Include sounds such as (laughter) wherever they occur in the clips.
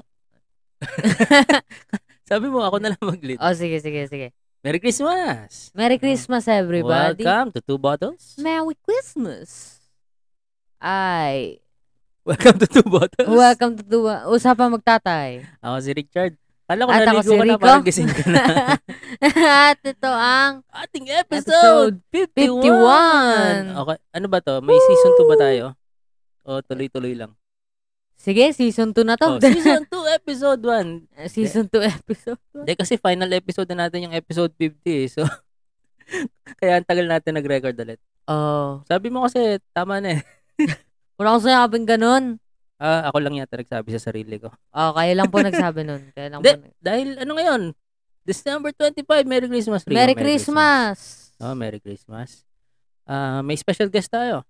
Hello. Sabi mo, ako na lang mag-lead. (laughs) Oh, sige, sige, sige. Merry Christmas! Merry Christmas, everybody. Welcome to Two Bottles. Merry Christmas. Ay, Welcome to Two Bottles. welcome to the Usapan Magtatay. (laughs) Ako si Richard. Kala ko At ako si naligo ka na, Rico. parang gising ka (laughs) na. At ito ang Ating episode episode, 51. 51. Okay, ano ba to? May season 2 ba tayo? O tuloy-tuloy lang? Sige, season 2 na Oh, to. (laughs) season 2, episode 1. season 2 episode. Hindi, kasi final episode na natin yung episode 50 eh. So, (laughs) kaya ang tagal natin nag-record ulit. Oh, Sabi mo kasi, tama na eh. wala akong sinabing ganun. Ah, ako lang yata nagsabi sa sarili ko. Oh, kayo (laughs) lang po nagsabi nun. Kayo lang po. Hindi. nag- Dahil ano ngayon? December 25, Merry Christmas. Rico. Merry Christmas. Oh, Merry Christmas. Ah, may special guest tayo.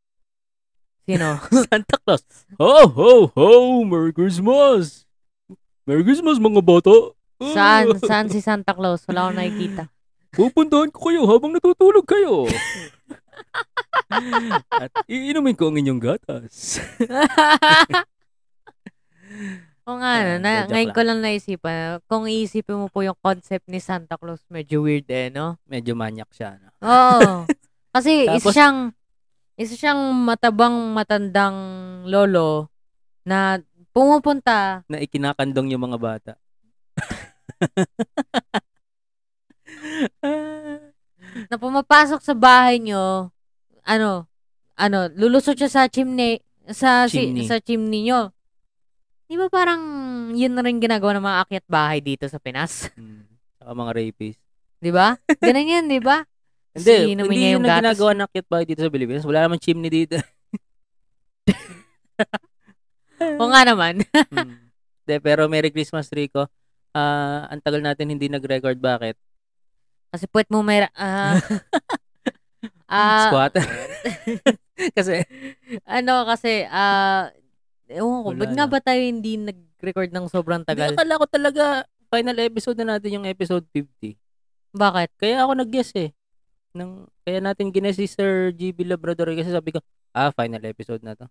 (laughs) Sino? Santa Claus. Ho, ho, ho! Merry Christmas! Merry Christmas, mga bata! Saan? Saan si Santa Claus? Wala akong nakikita. (laughs) Pupuntahan ko kayo habang natutulog (laughs) kayo. At iinumin ko ang inyong gatas. (laughs) Oo nga, no, Ayan, na, joke ngayon lang. ko lang naisipan. ah, Kung iisipin mo po yung concept ni Santa Claus, medyo weird eh, no? Medyo manyak siya. No? Oo. (laughs) Kasi isa Tapos- siyang, isa siyang matabang matandang lolo na pumupunta. Na ikinakandong yung mga bata. (laughs) Ah. na pumapasok sa bahay nyo, ano, ano, lulusot siya sa chimney, sa si- Chimney. sa chimney nyo. Di ba parang yun na rin ginagawa ng mga akyat bahay dito sa Pinas? (laughs) Hmm. Saka mga rapist. di ba? Ganun yan, di ba? Hindi, Kasi inumin hindi niya yun yung ang gatas. ginagawa ng cute boy dito sa Pilipinas. Wala naman chimney (laughs) dito. O nga naman. Hmm. Hindi, pero Merry Christmas, Rico. Ah, ang tagal natin hindi nag-record. Bakit? Kasi puwet mo may... (laughs) ah ah, (laughs) Squat. Kasi, ano kasi, ah, ewan ko, Wala ba't nga na. ba tayo hindi nag-record ng sobrang hindi, tagal? akala ko talaga final episode na natin yung episode 50. Bakit? Kaya ako nag-guess eh. Nang, kaya natin gines si Sir GB Labrador eh, kasi sabi ko, ah, final episode na to.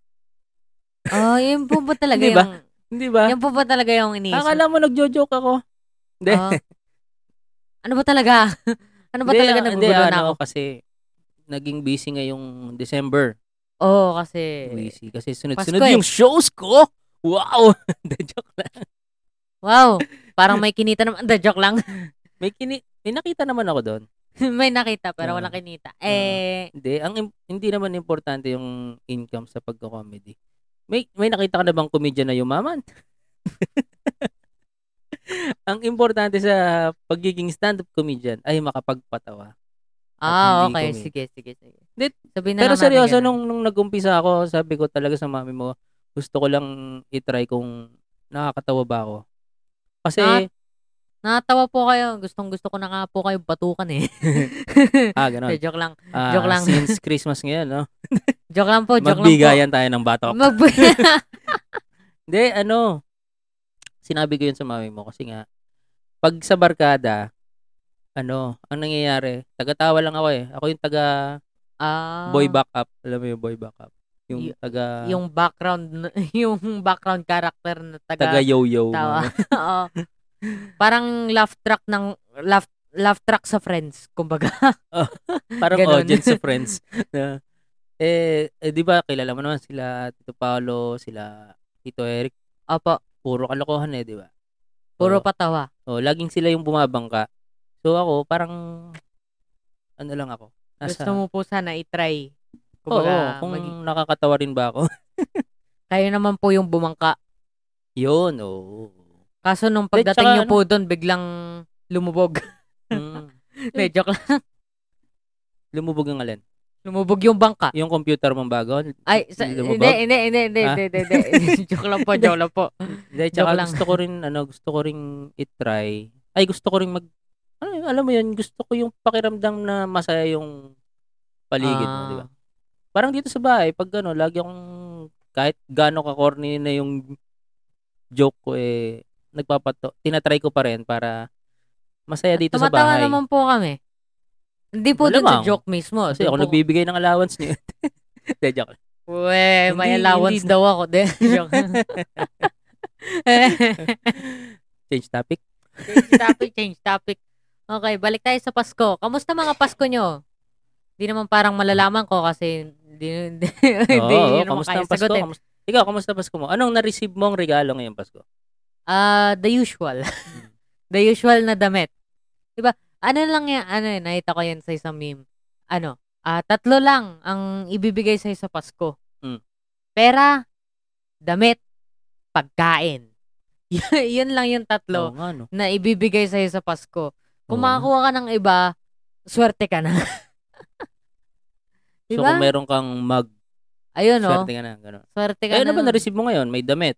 Oh, yun po ba talaga Di ba? yung... Hindi ba? Yun po ba talaga yung iniisip? Ah, Akala mo nagjo-joke ako. Hindi. Oo. ano ba talaga? (laughs) ano ba Hindi, talaga ah, nagugulo hindi, na ano, ako? Kasi naging busy ngayong December. Oo, oh, kasi... busy. Kasi sunod-sunod Pasko eh. yung shows ko. Wow! (laughs) The joke lang. Wow, (laughs) parang may kinita naman. Da, joke lang. (laughs) May, kini- may nakita naman ako doon. may nakita pero Oo. walang kinita. Oo. Eh, Hindi, ang, im- hindi naman importante yung income sa pagko-comedy. May, may nakita ka na bang comedian na yumaman? (laughs) ang importante sa pagiging stand-up comedian ay makapagpatawa. ah, okay. hindi kumi- Sige, sige, sige. Hindi, Sabihin na Pero lang natin ano? seryoso, ganun. nung, nung nag-umpisa ako, sabi ko talaga sa mami mo, gusto ko lang itry kung nakakatawa ba ako. Kasi, Ah. Nakatawa po kayo. Gustong gusto ko na nga po kayo batukan eh. ah, De, ganun. (laughs) joke lang. Ah, joke lang. Oh, Since Christmas ngayon, no? Joke lang po, joke Magbigayan tayo lang ng po. batok. Magbigay. Hindi, ano, sinabi ko yun sa mami mo kasi nga, pag sa barkada, ano, ang nangyayari, taga-tawa lang ako eh. Ako yung taga-boy (laughs) ah, backup. Alam mo yung boy backup? Yung Y- taga... Yung background, (laughs) na- yung background character na taga... taga-yo-yo. Tawa. (laughs) Oo. Parang laugh track ng laugh laugh track sa friends, kumbaga. (laughs) Parang Ganon. (laughs) audience sa friends. Na, eh, eh, di ba, kilala mo naman sila Tito Paolo, sila Tito Eric. Opo, Puro kalokohan eh, di ba? puro Oo. patawa. Oh, laging sila yung bumabangka. So ako, parang, ano lang ako. Gusto mo po sana i-try. Oo, Kumbaga, kung magi- nakakatawa rin ba ako. (laughs) kayo naman po yung bumangka. Yun, oo. Kaso nung Hindi, pagdating tsaka ano? niyo po doon, biglang lumubog. (laughs) Mm. (laughs) Hindi, joke lang. Lumubog ang alin. Lumubog yung bangka. Yung computer mong bago. Ay, sa, lumubog. hindi, hindi, hindi, hindi, Ah. hindi, hindi, hindi. (laughs) joke lang po, joke lang po. Hindi, Joke tsaka lang. gusto ko rin, ano, gusto ko rin itry. Ay, gusto ko rin mag, ano, yun, alam mo yun, gusto ko yung pakiramdam na masaya yung paligid mo, Ah. di ba? Parang dito sa bahay, pag ano, lagi akong, kahit gaano ka corny na yung joke ko eh, nagpapato, tinatry ko pa rin para masaya dito sa Tumatawa bahay. naman po kami. Hindi po dun sa Malamang. joke mismo. Kasi Dun ako po- nagbibigay ng allowance niyo. (laughs) Hindi, joke lang. Uwe, may Hindi- allowance hindi- daw ako. (laughs) De, (laughs) joke. Change topic. change topic, change topic. Okay, balik tayo sa Pasko. Kamusta mga Pasko nyo? Hindi naman parang malalaman ko kasi hindi, (laughs) hindi, (laughs) hindi Oo, naman kamusta kaya ang Pasko? sagutin. Kamusta? Ikaw, kamusta Pasko mo? Anong na-receive mong regalo ngayong Pasko? Ah, the usual. Hmm. (laughs) the usual na damit. 'Di ba? Ano lang yan, ano yun, nakita ko yan sa isang meme. Ano? Ah, tatlo lang ang ibibigay sa sa Pasko. Mm. Pera, damit, pagkain. (laughs) Y- yun lang yung tatlo Oo nga, no? na ibibigay sa sa Pasko. Kung Oo nga. makakuha ka ng iba, swerte ka na. So, diba? kung meron kang mag, Ayun, oh. swerte ka na. Ganun. Swerte ka Kaya na. na ano ba nun. na-receive mo ngayon? May damit.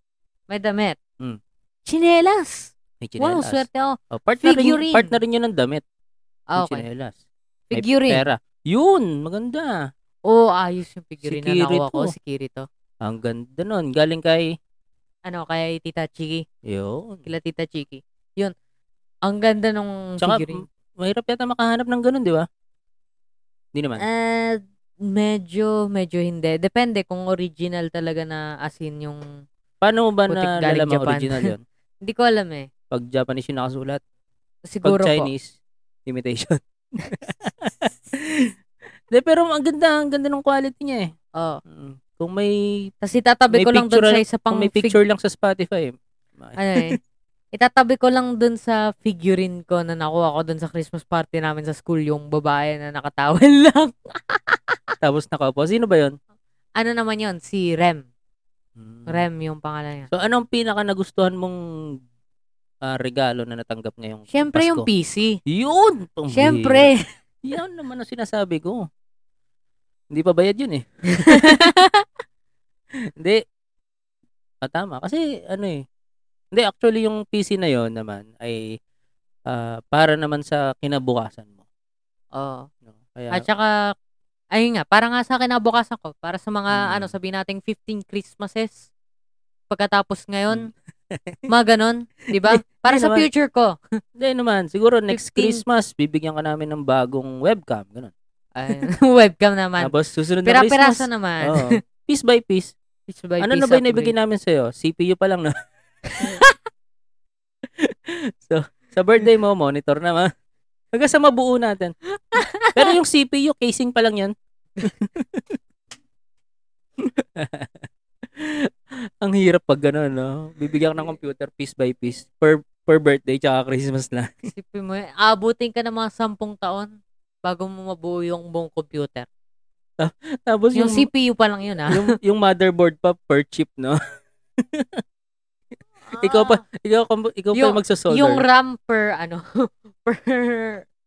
May damit. Mm. Chinelas. May Wow, chinelas. swerte ako. Oh, part na rin, Figurine. part na rin yun ng damit. Ah, Yung okay. chinelas. May Figurine. pera. Yun, maganda. Oo, oh, ayos yung figurine na nakuha ko. Kirito. Si Kirito. Ang ganda nun. Galing kay, Ano, kay Tita Chiki. yun. Kila Tita Chiki. Yun. Ang ganda nung Tsaka, mm, figurine. m- mahirap yata makahanap ng ganun, di ba? Hindi naman. Ah, medyo, medyo hindi. Depende kung original talaga na as in yung... Paano mo ba putik na galing nalaman Japan. original (laughs) yun? Hindi ko alam eh. Pag Japanese yung nakasulat. Pag Siguro po. Chinese, imitation. (laughs) De, pero ang ganda, ang ganda ng quality niya eh. Oo. Mm. Kung may, Tapos itatabi May ko lang dun picture- ano? sa isa pang kung may fig- picture lang sa Spotify. ano (laughs) eh. Itatabi ko lang dun sa figurine ko na nakuha ko dun sa Christmas party namin sa school, yung babae na nakatawal (laughs) lang. Tapos nakaupo. Sino ba yun? Ano naman yon Si Rem. Mm. Rem yung pangalan niya. So, anong pinaka nagustuhan mong ah, regalo na natanggap ngayong Siyempre Pasko? yung PC. Yun! Pambihira. Siyempre. (laughs) Yan naman ang sinasabi ko. Hindi pa bayad (laughs) yun eh. Hindi. Ah, tama. Kasi ano eh. Hindi, actually yung PC na yon naman ay ah, para naman sa kinabukasan mo. Oo. No? Kaya, At saka, ayun nga, para nga sa kinabukasan ko, para sa mga, Hmm. ano, sabihin nating 15 Christmases, pagkatapos ngayon, (laughs) mga ganon, di ba? Para sa Hindi Mm. naman. future ko. hindi naman. Siguro next 15. Christmas, bibigyan ka namin ng bagong webcam. Ganun. Ayun, (laughs) webcam naman. Tapos susunod na Christmas. Pira-piraso naman. Oo. piece by piece. Piece by ano piece eh. na ba upgrade. yung nabigay namin sa'yo? CPU (laughs) pa lang na. so, sa birthday mo, monitor na ma. Hanggang sa mabuo natin. Pero yung CPU, casing pa lang yan. (laughs) Ang hirap pag gano'n, no? Bibigyan ka ng computer piece by piece. Per per birthday tsaka Christmas na. (laughs) Isipin mo, yun, abutin ka ng mga sampung taon bago mo mabuo yung buong computer. Tapos yung, Yung, CPU pa lang yun, ah. (laughs) yung, yung motherboard pa per chip, no? (laughs) ikaw pa, ikaw, kam- ikaw pa Yung- yung magsasolder. Yung RAM per, ano, (laughs) per,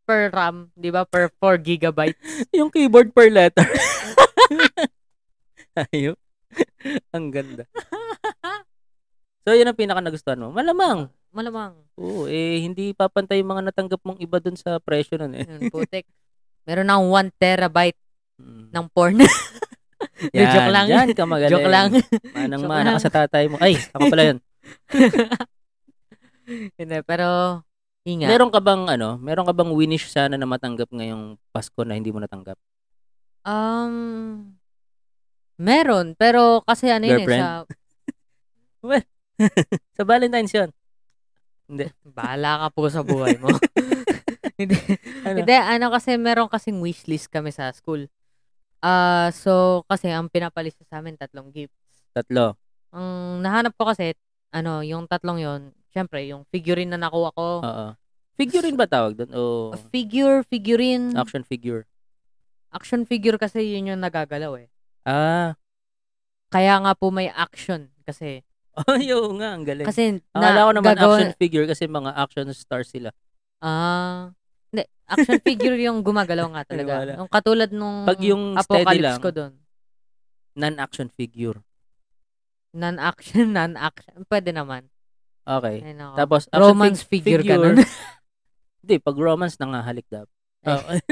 per RAM, di ba? Per 4 (laughs) gigabyte. (laughs) Yung keyboard per letter. (laughs) Ayun. (laughs) ang ganda. So, yun ang pinaka nagustuhan mo. Malamang. Malamang. Oo, eh, hindi papantay yung mga natanggap mong iba dun sa presyo nun eh. Yun, putik. Meron ng 1 terabyte Mm. ng porn. Yan, (laughs) joke lang. (laughs) Yan, ka magaling. Joke (laughs) lang. Manang Joke mana lang. ka sa tatay mo. Ay, ako pala (laughs) yun. Hindi, pero, ingat. Meron ka bang, ano, meron ka bang winish sana na matanggap ngayong Pasko na hindi mo natanggap? um, meron, pero kasi ano yun eh, Girlfriend? sa, Sa Valentine's yun. bahala ka po sa buhay mo. Hindi, (laughs) Ano? Hindi, ano kasi meron kasing wishlist kami sa school. Ah, so kasi ang pinapalista sa amin tatlong gift. Tatlo. Ang nahanap ko kasi ano, yung tatlong 'yon, syempre yung figurine na nakuha ko, Oo. Figurine ba tawag dun? O A figure, figurine, action figure? action figure kasi yun yung nagagalaw eh. Ah. (laughs) Kaya nga po may action kasi Ayaw nga, ang galing. kasi Akala Ah, ko naman gagawa- action figure kasi mga action star sila. Ah. Hindi, action (laughs) figure yung gumagalaw nga talaga. Wala. yung katulad nung Pag yung steady apocalypse lang. ko doon. Non-action figure. Non-action, non-action. Pwede naman. Okay. Ayun ako. Tapos action romance fig- figure, ganun. (laughs) Hindi, pag romance nangahalik dapat. Oh. (laughs)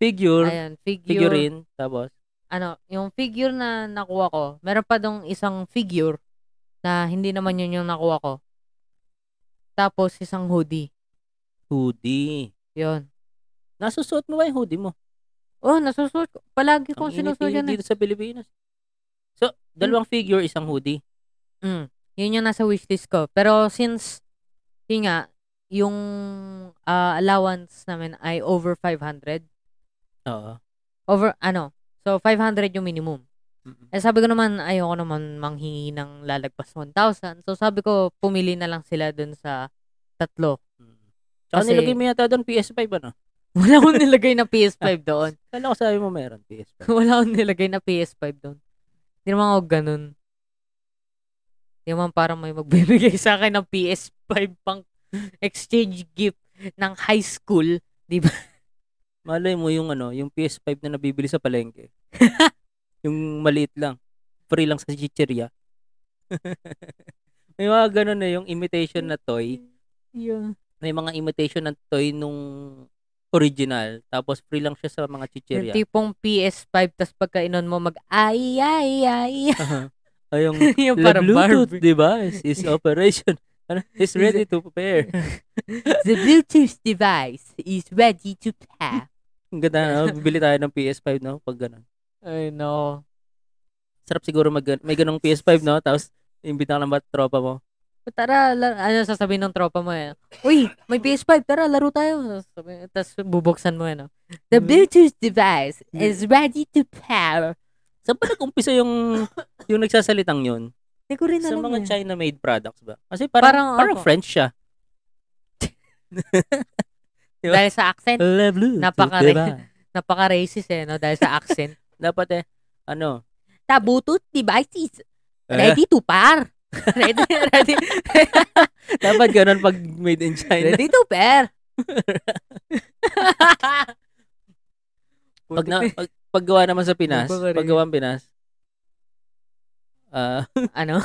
figure, Ayan, figure. figurine, tapos Ano, yung figure na nakuha ko, meron pa dong isang figure na hindi naman yun yung nakuha ko. Tapos isang hoodie. hoodie. Yun. Nasusuot mo ba yung hoodie mo? Oh, nasusuot ko. Palagi Ang kong init sinusuot yan. eh. Hmm. dito sa Pilipinas. So, dalawang figure, isang hoodie. Mm. Yun yung nasa wishlist ko. Pero since, yun nga, yung ah, allowance namin ay over 500. Oo. Over, ano, so 500 yung minimum. Mm-mm. Eh sabi ko naman, ayoko naman manghingi ng lalagpas 1,000. So sabi ko, pumili na lang sila dun sa tatlo. Mm. Tsaka Kasi- nilagay mo yata doon PS5 ano? (laughs) Wala akong nilagay na PS5 doon. Kala ko sabi mo meron PS5. Wala akong nilagay na PS5 doon. Hindi naman ako ganun. Hindi naman parang may magbibigay sa akin ng PS5 pang exchange gift ng high school. Malay mo yung ano, yung PS5 na nabibili sa (laughs) palengke. yung maliit lang. Free lang sa chicheria. (laughs) May mga ganun na yung imitation na toy. Yeah. May mga imitation na toy nung original. Tapos free lang siya sa mga Yung chicheria. tipong PS5, tas pagka inon mo mag ay, ay, ay. (laughs) Ay, Ah, yung yung the parang Bluetooth (laughs) Barbie. device is operation. (laughs) Ano? Is ready to pair. The Bluetooth device is ready to pair. Ang ganda na, bibili tayo ng PS5, no? Pag ganun. Ay, no. Sarap siguro mag may ganung PS5, no? Tapos, imbita ka ng bat tropa mo. Tara, la- ano sasabihin ng tropa mo eh. Uy, may PS5, tara, laro tayo. Sabi- Tapos bubuksan mo ano. The Hmm. Bluetooth device Mm. is ready to pair. Saan ba nag-umpisa (laughs) yung, yung nagsasalitang yun? Hindi ko rin Sa alam mga eh. China-made products ba? Kasi parang, parang, Parang ako. French siya. Di ba? Dahil sa accent, La Bluetooth, Napaka- diba? napaka-racist eh, no? Dahil sa accent. (laughs) Dapat eh, ano? The Bluetooth device is eh, ready to (laughs) pair. ready, ready, dapat ganun pag made in China. ready to (laughs) pair. pag, na, pag, paggawa naman sa Pinas, Baka rin. paggawa ng Pinas, ah, ano?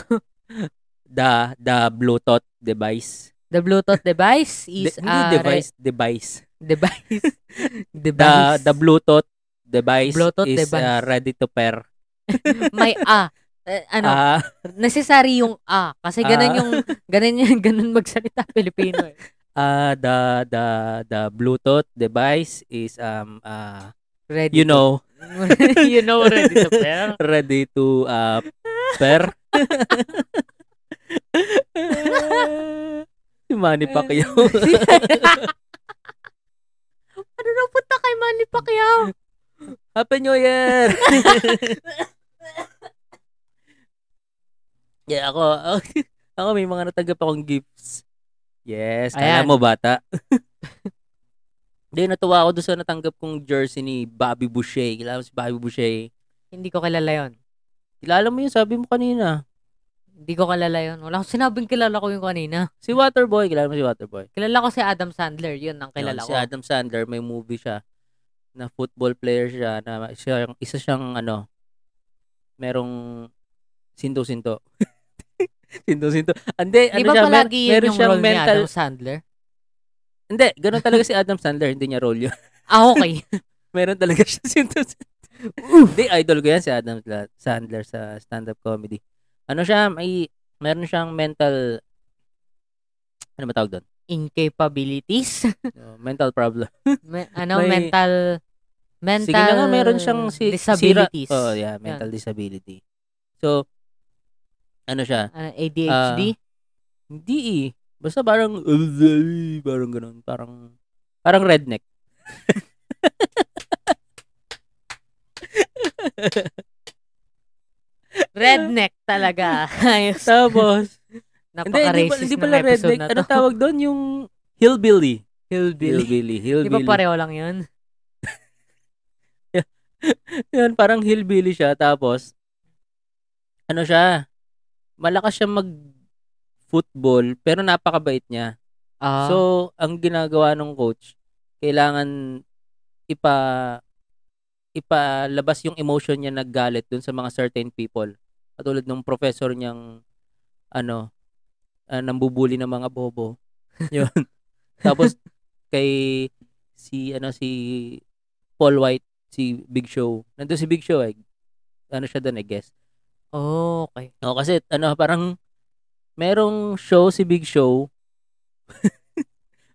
the the Bluetooth device. The Bluetooth device De- is ah, hindi a device, device. (laughs) device. The, device. the Bluetooth device Bluetooth is device. ah, ready to pair. May a. Eh, ano, Ah, necessary yung a. Kasi ganun Ah. yung, ganun yung, ganun magsalita Pilipino eh. ah, the the the Bluetooth device is um ah, Ready you know to- (laughs) you know ready to (laughs) pair. ready to uh, pair. (laughs) Si Manny (laughs) Pacquiao. ano na punta kay Manny Pacquiao? Happy New Year! (laughs) yeah, ako, (laughs) ako may mga natanggap akong gifts. Yes, kala Ayan. mo bata. (laughs) Hindi, natuwa ako doon sa natanggap kong jersey ni Bobby Boucher. Kilala mo si Bobby Boucher. Hindi ko kilala yon. Kilala mo yun, sabi mo kanina. Hindi ko kilala yon. Wala akong sinabing kilala ko yung kanina. Si Waterboy, kilala mo si Waterboy. Kilala ko si Adam Sandler. Yun ang kilala Yun, ko. Si Adam Sandler, may movie siya na football player siya na siya yung isa siyang ano merong sinto-sinto. (laughs) sinto-sinto. Hindi, Di ano ba siya, mer- palagi yun meron yung siyang role ni mental. Adam Sandler? Hindi, ganun talaga si Adam Sandler, hindi niya role yun. (laughs) Ah, okay. (laughs) meron talaga siya (laughs) sinto-sinto. Hindi, idol ko yan si Adam Sla- Sandler sa stand-up comedy. Ano siya, may meron siyang mental ano ba (laughs) tawag doon? Incapabilities? Oh, mental problem. Me- ano, May- mental... Mental Sige na nga, meron siyang si, disabilities. Sira, oh, yeah, mental disability. So, ano siya? Ano, ADHD? Ah. Hindi eh. Basta parang, parang ganun. Parang, parang redneck. (laughs) Redneck (laughs) talaga. Ayos. Tapos, hindi, hindi, pa- Napaka-racist hindi ng pala episode redneck. na to. Ano tawag doon? Yung hillbilly. Hillbilly. Di Hillbilly. ba Hillbilly. pareho lang yun? (laughs) Yan, parang hillbilly siya. Tapos, ano siya? Malakas siya mag football, pero napakabait niya. Ah, So, ang ginagawa ng coach, kailangan ipa ipalabas yung emotion niya naggalit dun sa mga certain people. Katulad nung professor niyang ano, uh, nambubuli ng mga bobo. (laughs) Yun. Tapos kay si ano si Paul White, si Big Show. Nandun si Big Show eh. Ano siya doon, I guess. oh, okay. O, kasi, ano, parang, merong (laughs) show si Big Show.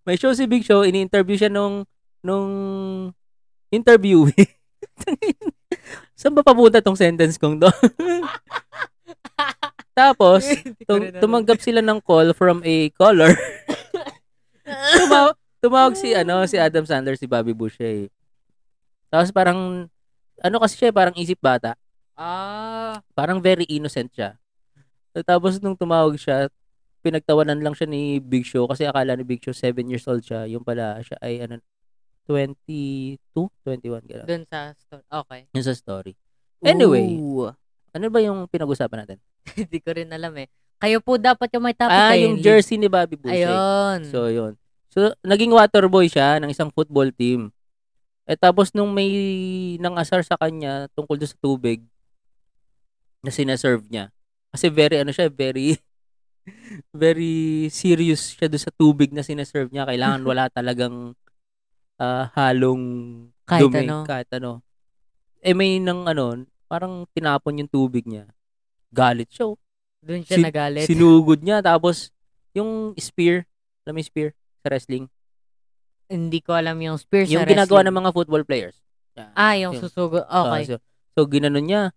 May show si Big Show, ini-interview siya nung, nung interview. (laughs) Saan ba papunta tong sentence kong to? (laughs) (laughs) Tapos, Hindi ko tum- rin alam. tumanggap sila ng call from a caller. Tumaw- tumawag si ano si Adam Sandler si Bobby Boucher. Tapos parang ano kasi siya parang isip bata. (laughs) Ah. Parang very innocent siya. Tapos nung tumawag siya, pinagtawanan lang siya ni Big Show kasi akala ni Big Show 7 years old siya. Yung pala siya ay ano 22, 21 gano'n. Doon sa store. Okay. Yun sa story. Anyway, Ooh. (laughs) ano ba yung pinag-usapan natin? Hindi ko rin alam eh. Kayo po dapat yung may topic. ah, kayo yung lead. jersey ni Bobby Boucher. Ayun. So, yun. So, naging waterboy siya ng isang football team. Eh, tapos nung may nangasar sa kanya tungkol doon sa tubig na sinaserve niya. Kasi very, ano siya, very, (laughs) very serious siya doon sa tubig na sinaserve niya. Kailangan (laughs) wala talagang ah, halong Kahit dumi, ano. kahit ano. Eh, may nang ano, parang tinapon yung tubig niya. Galit siya. oh. Doon siya Sin- nagalit. Sinugod niya. Tapos, yung spear, alam mo yung spear sa wrestling? Hindi ko alam yung spear sa yung wrestling. ginagawa ng mga football players. Ah, yung Yung- susugo. Ah, Okay. so, so ginanon niya.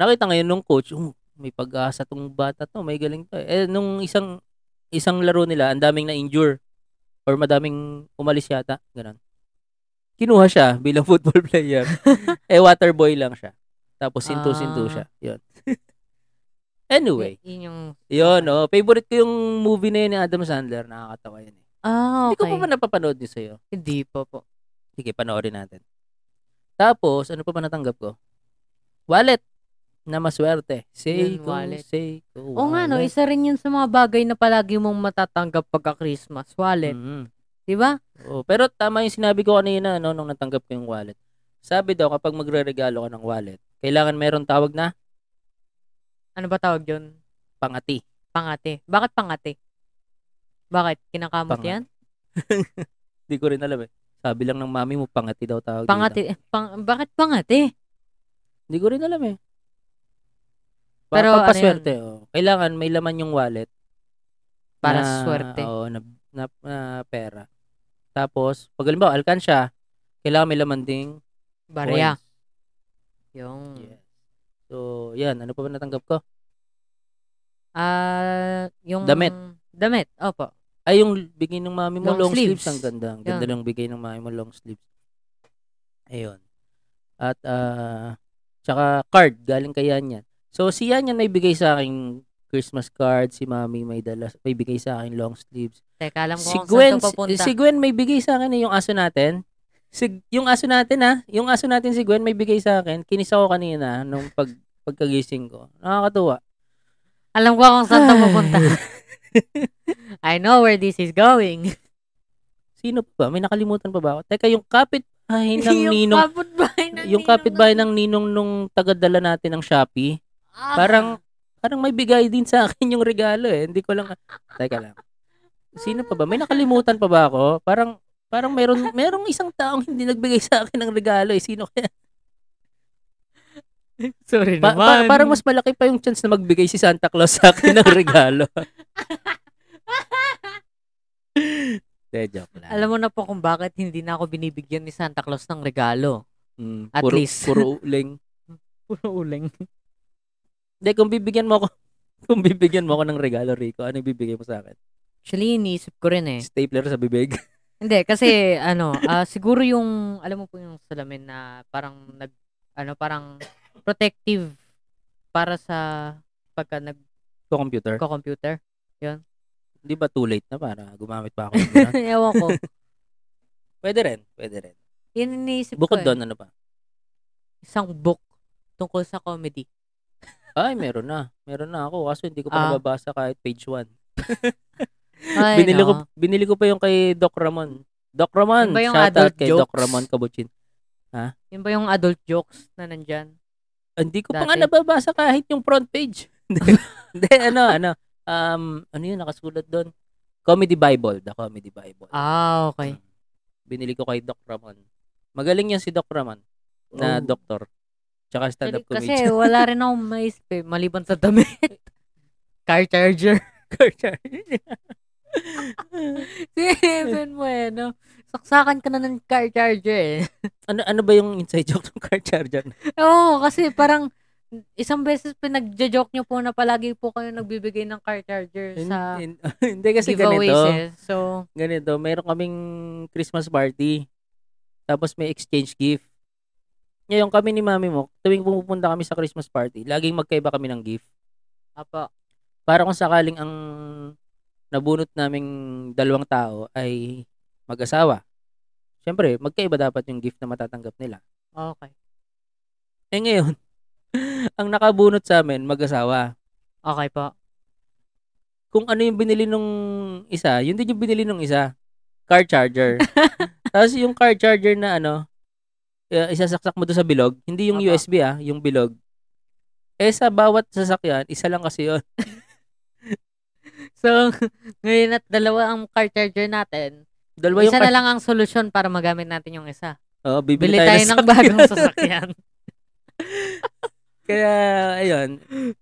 Nakita ngayon nung coach, "Oh, may pag-asa tong bata to, may galing to. Eh nung isang isang laro nila, ang daming na-injure or madaming umalis yata, ganun. Kinuha siya bilang (laughs) football player. eh water boy lang siya. Tapos Ah. sinto-sinto siya. 'Yon. (laughs) anyway, Y- yun yung... 'yon oh, favorite ko yung movie na yun ni Adam Sandler, nakakatawa yun. Eh. Ah, Hindi ko okay. pa ba napapanood niyo sa'yo? Hindi pa po. Sige, panoorin natin. Tapos, ano pa ba natanggap ko? Wallet na maswerte. Say Yun, ko, wallet. say ko, Oo nga, no? wallet. Isa rin yun sa mga bagay na palagi mong matatanggap pagka-Christmas. Wallet. Mhm. Di ba? Oo, pero tama yung sinabi ko kanina, no, nung natanggap ko yung wallet. Sabi daw, kapag magre-regalo ka ng wallet, kailangan meron tawag na Ano ba tawag yun? pangati. Pangate. Bakit pangate? Bakit? Kinakamot Pangate. yan? Hindi ko rin alam eh. Sabi lang ng mami mo, pangati daw tawag dito. Pangate. eh, Pang, bakit pangate? Hindi ko rin alam eh. Pero Pero ano papaswerte, oh. Kailangan may laman yung wallet. Para na- sa swerte. Oo, na, na, na pera. Tapos, pag halimbawa, alkansya, kailangan may laman ding Barya. coins. Yung... Yes. So, yan. Ano pa ba natanggap ko? Ah, yung... Damit. Damit. Opo. Ay, yung bigay ng mami mo, Long long, sleeves. sleeves. Ang ganda. Ang ganda Yan. ng bigay ng mami mo, long sleeves. Ayun. At, ah, tsaka card. Galing kay Yanyan. So, si Yanyan may bigay sa akin Christmas card. Si mami may, dala, may bigay sa akin long sleeves. Teka, alam ko si kung Gwen, saan to papunta. si Gwen may bigay sa akin eh, yung aso natin. Si, yung aso natin ha, yung aso natin si Gwen may bigay sa akin. Kinis ako kanina nung pag, pagkagising ko. Nakakatuwa. Alam ko kung saan to (laughs) papunta. I know where this is going. Sino pa ba? May nakalimutan pa ba ako? Teka, (laughs) yung (laughs) kapitbahay ng ninong, kapitbahay ng yung kapitbahay ng ninong nung tagadala natin ng Shopee, Ah. parang- parang may bigay din sa akin yung regalo eh. Hindi ko lang, teka lang. Sino pa ba? May nakalimutan pa ba ako? Parang, parang meron, merong isang taong hindi nagbigay sa akin ng regalo eh. Sino kaya? Sorry Pa- naman. pa- parang mas malaki pa yung chance na magbigay si Santa Claus sa akin ng regalo. (laughs) De, joke lang. Alam mo na po kung bakit hindi na ako binibigyan ni Santa Claus ng regalo. Mm, at puro, least. puro uling. Puro uling. De, kung bibigyan mo ako, (laughs) kung bibigyan mo ako ng regalo, Rico, ano yung bibigay mo sa akin? Actually, iniisip ko rin eh. Stapler sa bibig. (laughs) Hindi, (laughs) kasi ano, ah, siguro yung, alam mo po yung salamin na parang nag, ano, parang protective para sa pagka Ko computer. nagko-computer. Di ba too late na para gumamit pa ako? (laughs) ng ganun? (laughs) Ewan ko. pwede rin, pwede rin. Yun iniisip ko Bukod eh. doon, ano pa? Isang book tungkol sa comedy. Ay, meron na. Meron na ako. Kaso hindi ko Ah. pa nababasa kahit page 1. Ay, binili, ko, no. binili ko pa yung kay Doc Ramon. Doc Ramon, Yung ba yung shout out adult kay Doc jokes? Ramon Kabuchin. Yun ba yung adult jokes na nandyan? Hindi ko pa nga Dati. nababasa kahit yung front page. (laughs) Hindi, ano, ano. Um, ano yun, nakasulat doon? Comedy Bible, The Comedy Bible. Hmm. Ah, okay. Binili ko kay Doc Ramon. Magaling yan si Doc Ramon Oh. na doktor. Tsaka stand-up Kasi comedian. (laughs) wala rin akong (laughs) maisip eh, maliban sa damit. Car charger. Kasi, si Evan Bueno, eh, saksakan ka na ng car charger eh. (laughs) ano ano ba yung inside joke ng car charger? Oo, kasi parang isang beses pinagjo-joke nyo po na palagi po kayo nagbibigay ng car charger sa Hin- (laughs) hin- Hindi eh, kasi giveaways ganito. eh. So, ganito, meron kaming Christmas party. Tapos may exchange gift. Ngayon kami ni Mami mo, tuwing pumupunta kami sa Christmas party, laging magkaiba kami ng gift. apo. Para kung sakaling ang nabunot naming dalawang tao ay mag-asawa. Siyempre, magkaiba dapat yung gift na matatanggap nila. Okay. Eh ngayon, (laughs) ang nakabunot sa amin, mag-asawa. Okay po. Kung ano yung binili nung isa, yun din yung binili nung isa. Car charger. (laughs) Tapos yung car charger na ano, eh, isasaksak mo doon sa bilog. Hindi yung Apa. USB ah, yung bilog. Eh sa bawat sasakyan, isa lang kasi yun. (laughs) so, (laughs) ngayon at dalawa ang car charger natin. Dalawa yung Isa na car- lang ang solusyon para magamit natin yung isa. Oo, bibili, Bili tayo ng sasakyan. bagong sasakyan. (laughs) Kaya, ayun.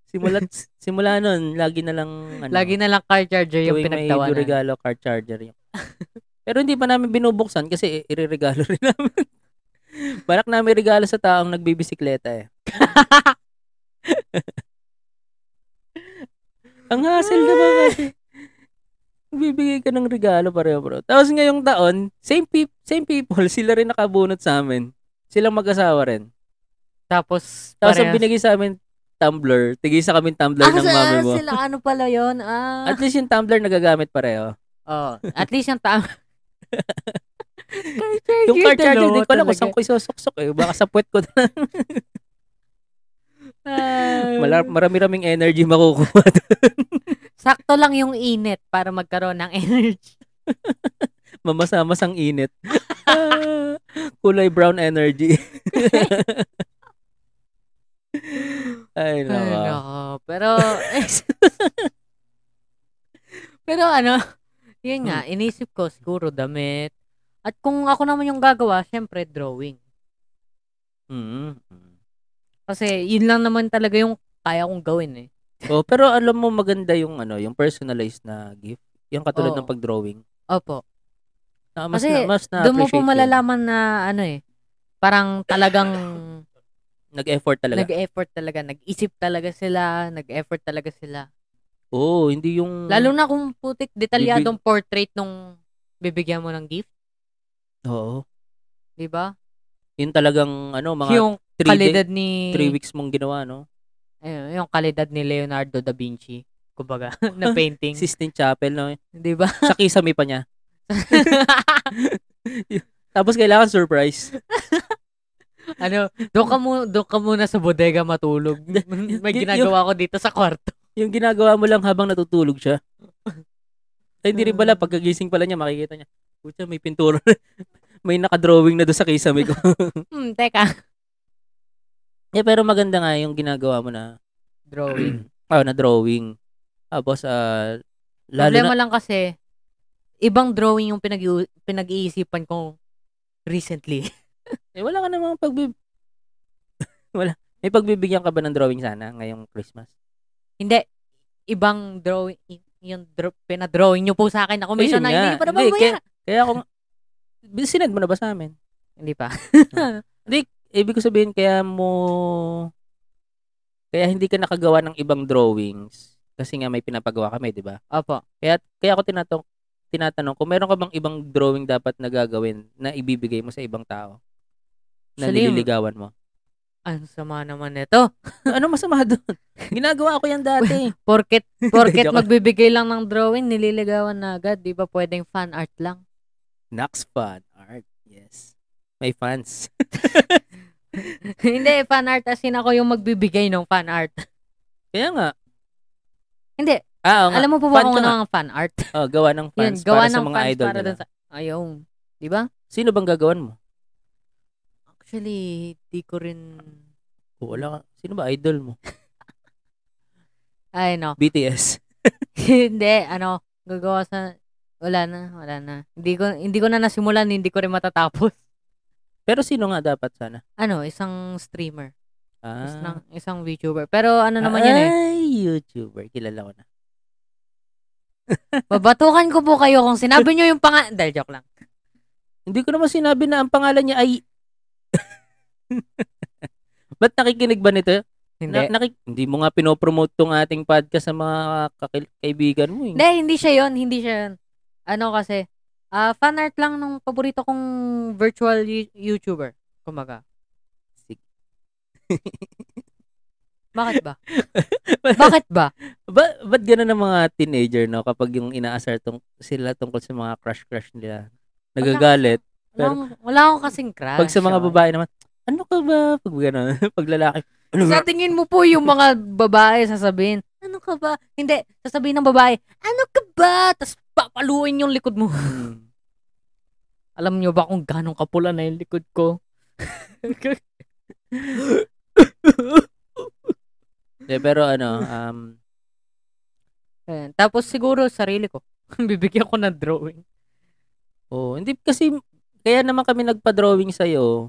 Simula, simula nun, lagi na lang, ano, Lagi na lang car charger yung tuwing may pinagtawanan. regalo car charger yun. (laughs) Pero hindi pa namin binubuksan kasi i- ireregalo (laughs) rin namin. Balak namin regalo sa taong nagbibisikleta eh. (laughs) Ang hassle na ba kasi? Bibigay ka ng regalo pareho bro. Tapos ngayong taon, same, peop- same people, (laughs) sila rin nakabunot sa amin. Silang mag-asawa rin. Tapos, Tapos ang parehas- binigay sa amin, tumbler. Tigay sa kami tumbler Ah, ng sa- mami mo. sila ano pala yun? Ah. At least yung tumbler nagagamit pareho. (laughs) Oh, at least yung (laughs) tama. car charger. Yung car charger, dalawa di ko alam ano, kung talaga. saan (laughs) ko isusuksok eh. Baka sa puwet ko na. Ah. Mala- marami-raming energy makukuha. (laughs) Sakto lang yung init para magkaroon ng (laughs) energy. Mamasamas ang init. (laughs) Ah, Kulay brown energy. (laughs) Ay, Ay, naka. nako. Pero, (laughs) pero ano, yun nga, Hmm. inisip ko siguro damit. At kung ako naman yung gagawa, syempre drawing. Mm. Kasi yun lang naman talaga yung kaya kong gawin eh. Oh, pero alam mo maganda yung ano, yung personalized na gift. Yung katulad Oo. ng pag-drawing. Opo. Na, mas Kasi na, mas na Doon mo po appreciate ko yun. malalaman na ano eh, parang talagang Nag-effort (laughs) talaga. Nag-effort talaga. Nag-isip talaga sila. Nag-effort talaga sila. Oo, hindi yung Lalo na kung putik, detalyadong portrait nung bibigyan mo ng gift. Oo. Di ba? Yun talagang ano, mga Yung 3 day, kalidad ni... three weeks mong ginawa, no? Ayun, yung kalidad ni Leonardo da Vinci. Kumbaga, (laughs) (laughs) na painting. Sistine Chapel, no? Di (laughs) ba? Sa kisame pa niya. Tapos kailangan surprise. ano, doon ka, mu- doon ka muna sa bodega (laughs) matulog. May Yung- ginagawa ko dito sa kwarto. Yung ginagawa mo lang habang natutulog siya. Ay, hindi rin pala. Ah. Pagkagising pala niya, makikita niya. Pucha, may pintura. na- (laughs) may nakadrawing na doon sa kisame (laughs) ko. Hmm, teka. eh, pero maganda nga yung ginagawa mo na, Drawing. (clears throat) oh, na drawing. Tapos, ah, lalo Problema na, lang kasi, ibang drawing yung pinag- pinag-iisipan ko recently. (laughs) eh, wala ka namang pagbib... (laughs) wala. May pagbibigyan ka ba ng drawing sana ngayong Christmas? Hindi. Ibang drawing, y- yung dra- pinadrawing nyo po sa akin na commission Ayun na, nga. hindi nyo pa na Hindi, babayaran. Kaya kung... (laughs) Sinad mo na ba sa amin? Hindi pa. ibig ko sabihin kaya mo kaya hindi ka nakagawa ng ibang drawings kasi nga may pinapagawa kami, 'di ba? Opo. Kaya kaya ako tinatanong tinatanong kung meron ka bang ibang drawing dapat na gagawin na ibibigay mo sa ibang tao na Actually, nililigawan mo. (laughs) Ang sama naman nito. ano masama doon? Ginagawa ko 'yan dati. (laughs) Porket, (laughs) porket Joke lang. magbibigay lang ng drawing, nililigawan na agad. Di ba pwedeng fan art lang? Nax fan art. Yes. May fans. (laughs) (laughs) hindi, fan art as in ako yung magbibigay ng fan art. (laughs) Kaya nga. hindi, Ah, oo nga. alam mo po Fan ba kung ka ano ang fan art? Oh, gawa ng Yun, fans gawa para ng sa mga fans idol para nila. dun sa... Ayun. Di ba? Sino bang gagawan mo? Actually, di ko rin... Oh, wala ka. Sino ba idol mo? (laughs) Ay, no. (laughs) BTS. hindi, ano, gagawa sa wala na, wala na. Hindi ko hindi ko na nasimulan, hindi ko rin matatapos. (laughs) Pero sino nga dapat sana? Ano, isang streamer, Ah. isang, ano eh. isang VTuber. Pero ano naman yan eh. Ay, YouTuber. Kilala ko na. Babatukan ko po kayo kung (laughs) sinabi nyo yung panga... Dahil joke lang. Hindi ko naman sinabi na ang pangalan niya ay... (laughs) Ba't nakikinig ba nito? Na, Hindi. nakik- hindi mo nga pinopromote tong ating podcast sa mga kakil- kaibigan mo. Eh. (laughs) Hindi, hindi siya yon Hindi siya yon Ano kasi, ah fan art lang nung paborito kong virtual yu- YouTuber. Kumaga. Sige. Bakit (laughs) ba? Bakit ba? ba, ba't ganun ang mga teenager, no? Kapag yung inaasar tong, sila tungkol sa mga crush-crush nila. Nagagalit. Wala, Pero- akong- wala akong kasing crush. Pag sa mga oh. babae naman, ano ka ba? Pag gano'n, (laughs) pag lalaki. Ano ba? Sa tingin mo po yung mga babae sasabihin, ano ka ba? Hindi, sasabihin ng babae, ano ka ba? Tapos papaluin yung likod mo. (laughs) Hmm. Alam nyo ba kung ganong kapula na yung likod ko? (laughs) Eh, pero ano, um, Ayan. Tapos siguro sarili ko. (laughs) Bibigyan ko ng drawing. oh, hindi kasi, kaya naman kami nagpa-drawing sa'yo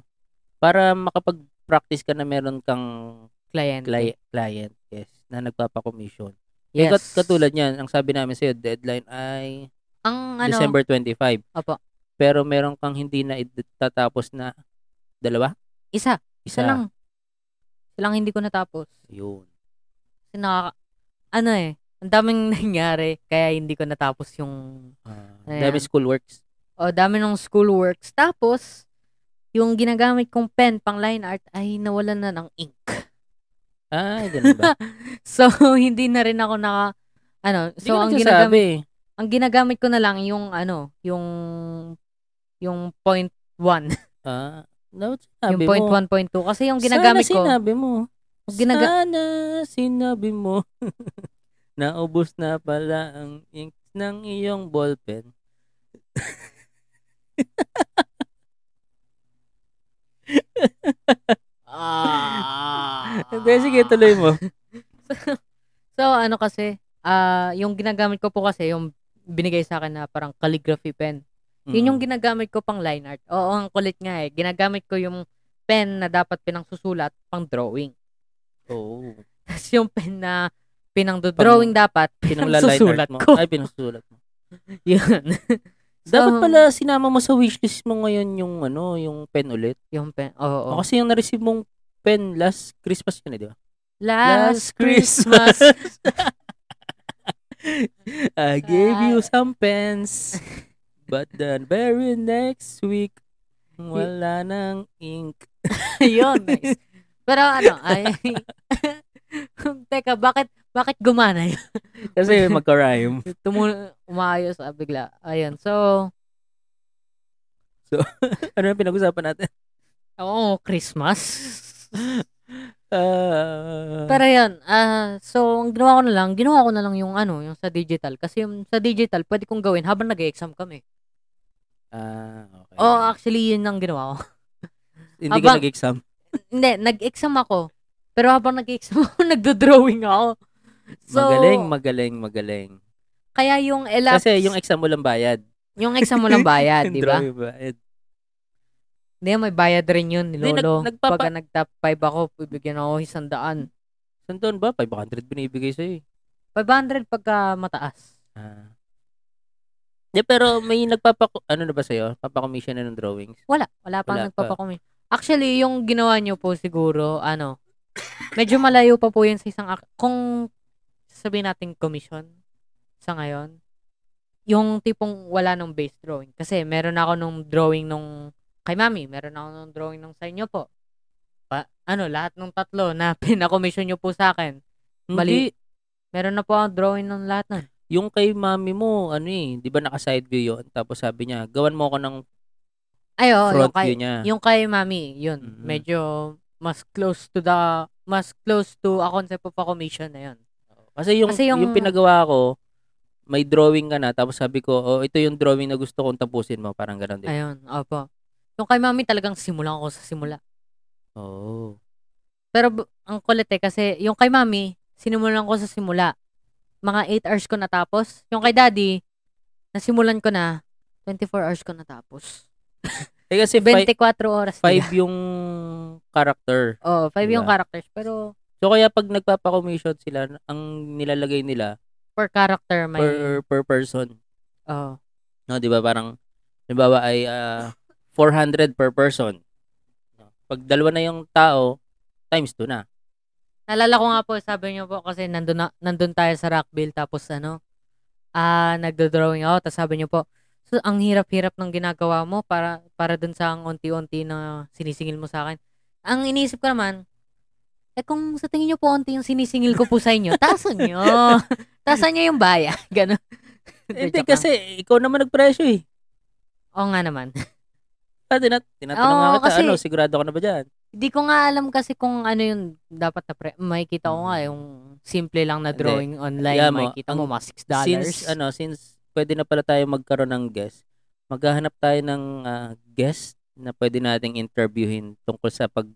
para makapag-practice ka na meron kang Client. cli- client, yes, na nagpapa-commission. Eh, Yes. kat- katulad yan, ang sabi namin sa'yo, deadline ay Ang ano, December 25. Opo. Pero meron kang hindi na itatapos na dalawa? isa. Isa Isa. lang. Isa lang hindi ko natapos. Yun. Kasi nakaka- ano eh, ang daming (laughs) nangyari kaya hindi ko natapos yung Ah, Ayan. dami school works. o dami ng schoolworks. Tapos, yung ginagamit kong pen pang line art ay nawalan na ng ink. (laughs) Ah, ganun ba? So, hindi na rin ako naka ano, Hindi so ko ang nagsasabi ginagamit eh. ang ginagamit ko na lang yung ano, yung yung point one. (laughs) Ah, dapat yung sinabi point mo. one, point two. Kasi yung ginagamit Sana ko, sinabi mo. Yung ginaga- Sana sinabi mo. (laughs) Naubos na pala ang ink ng iyong ballpen. Ah. Hindi, sige, tuloy mo. So, ano kasi, ah yung ginagamit ko po kasi, yung binigay sa akin na parang calligraphy pen. (laughs) Yun yung Mm. ginagamit ko pang line art. Oo, ang kulit nga eh. Ginagamit ko yung pen na dapat pinangsusulat pang drawing. (laughs) Oo. Tapos yung pen na pinang-drawing dapat, (laughs) Pinanglaline pinangsusulat art mo. ko. Ay, pinasusulat mo. Yun. (laughs) So, Dapat pala sinama mo sa wishlist mo ngayon yung ano, yung pen ulit. Yung pen. Oo. O, kasi yung na-receive mong pen last Christmas yun eh, di ba? Last, Last Christmas. (laughs) I gave you some (laughs) pens, but the very next week, wala nang ink. Yun, nice. Pero ano, ay, (laughs) teka, bakit, bakit gumana yun? (laughs) Kasi magka-rhyme. Tumu- umayos, ah, bigla. Ayun, so, ano yung pinag-usapan (laughs) natin? oo, Christmas. (laughs) Ah, Pero yun, ah, so, ang ginawa ko na lang, ginawa ko na lang yung ano, yung sa digital. Kasi yung sa digital, pwede kong gawin habang nag-exam kami. ah, okay. Oo, oh, actually, yun ang ginawa ko. Hindi abang- ka nag-exam. Hindi, nag-exam ako. Pero habang nag-exam (laughs) ako, nagdo-drawing ako. So, magaling, magaling, magaling. kaya yung elapse, Kasi yung exam mo lang bayad. yung exam mo lang (laughs) bayad, di ba? Drawing bayad. Hindi, may bayad rin yun, ni Hindi, nag- Lolo. nagpapa- Pagka nag-top 5 ako, bibigyan ako isang daan. Saan doon ba? 500 binibigay sa'yo eh. 500 pagka mataas. Ah. Hindi, pero may nagpapa... Ano na ba sa'yo? Papakomission na ng drawings? Wala, wala pang Wala pa. nagpapakomment. Actually, yung ginawa nyo po siguro, ano, medyo malayo pa po yun sa isang, ac- kung sabihin natin commission sa ngayon, yung tipong wala nung base drawing. Kasi meron ako nung drawing nung, kay mami, meron ako nung drawing nung sa inyo po. Pa, ano, lahat ng tatlo na (laughs) pinakomission nyo po sa akin. Mali. Hindi. Meron na po ang drawing ng lahat nun. Yung kay mami mo, ano eh, di ba naka-side view yun? Tapos sabi niya, gawan mo ako ng Ay, oo, front yung kay, view niya. yung kay mami, yun, Mhm. medyo mas close to the, mas close to a concept of a commission na yun. Kasi yung, Kasi yung- yung... pinagawa ko, may drawing ka na, tapos sabi ko, oh, ito yung drawing na gusto kong tapusin mo. Parang ganun din. Ayun, opo. Yung kay mami talagang simula ako sa simula. Oo. Pero bu- ang kulit eh, kasi yung kay mami, sinimulan ko sa simula. Mga 8 hours ko natapos. Yung kay daddy, nasimulan ko na, 24 hours ko natapos. Eh kasi 24 oras. five nila. yung character. Oo, 5 yung Diba? characters. Pero, So kaya pag nagpapa-commission sila, ang nilalagay nila, per character may per per person. oh. No, 'di ba? Parang halimbawa ay ah, 400 per person. No? Pag dalawa na yung tao, times 2 na. Nalala ko nga po, sabi niyo po kasi nandun, na, nandun tayo sa Rockville tapos ano, ah nagdo-drawing ako tapos sabi niyo po, so ang hirap-hirap ng ginagawa mo para para dun sa ang unti-unti na sinisingil mo sa akin. Ang iniisip ko naman, eh kung sa tingin niyo po unti yung sinisingil ko po sa (laughs) inyo, tasan niyo. tasan niyo yung baya. (laughs) Ganun. Hindi Joke lang. kasi ikaw naman nagpresyo eh. Oo nga naman. (laughs) Ah, tinat tinatanong Oo, nga kita, kasi- ano, sigurado ka na ba diyan? Di ko nga alam kasi kung ano yung dapat na pre- makikita ko nga yung simple lang na Hmm. Hindi. drawing online Alam mo, makikita mo ang- mga $6. dollars. Since ano, since pwede na pala tayo magkaroon ng guest, maghahanap tayo ng ah, guest na pwede nating interviewin tungkol sa pag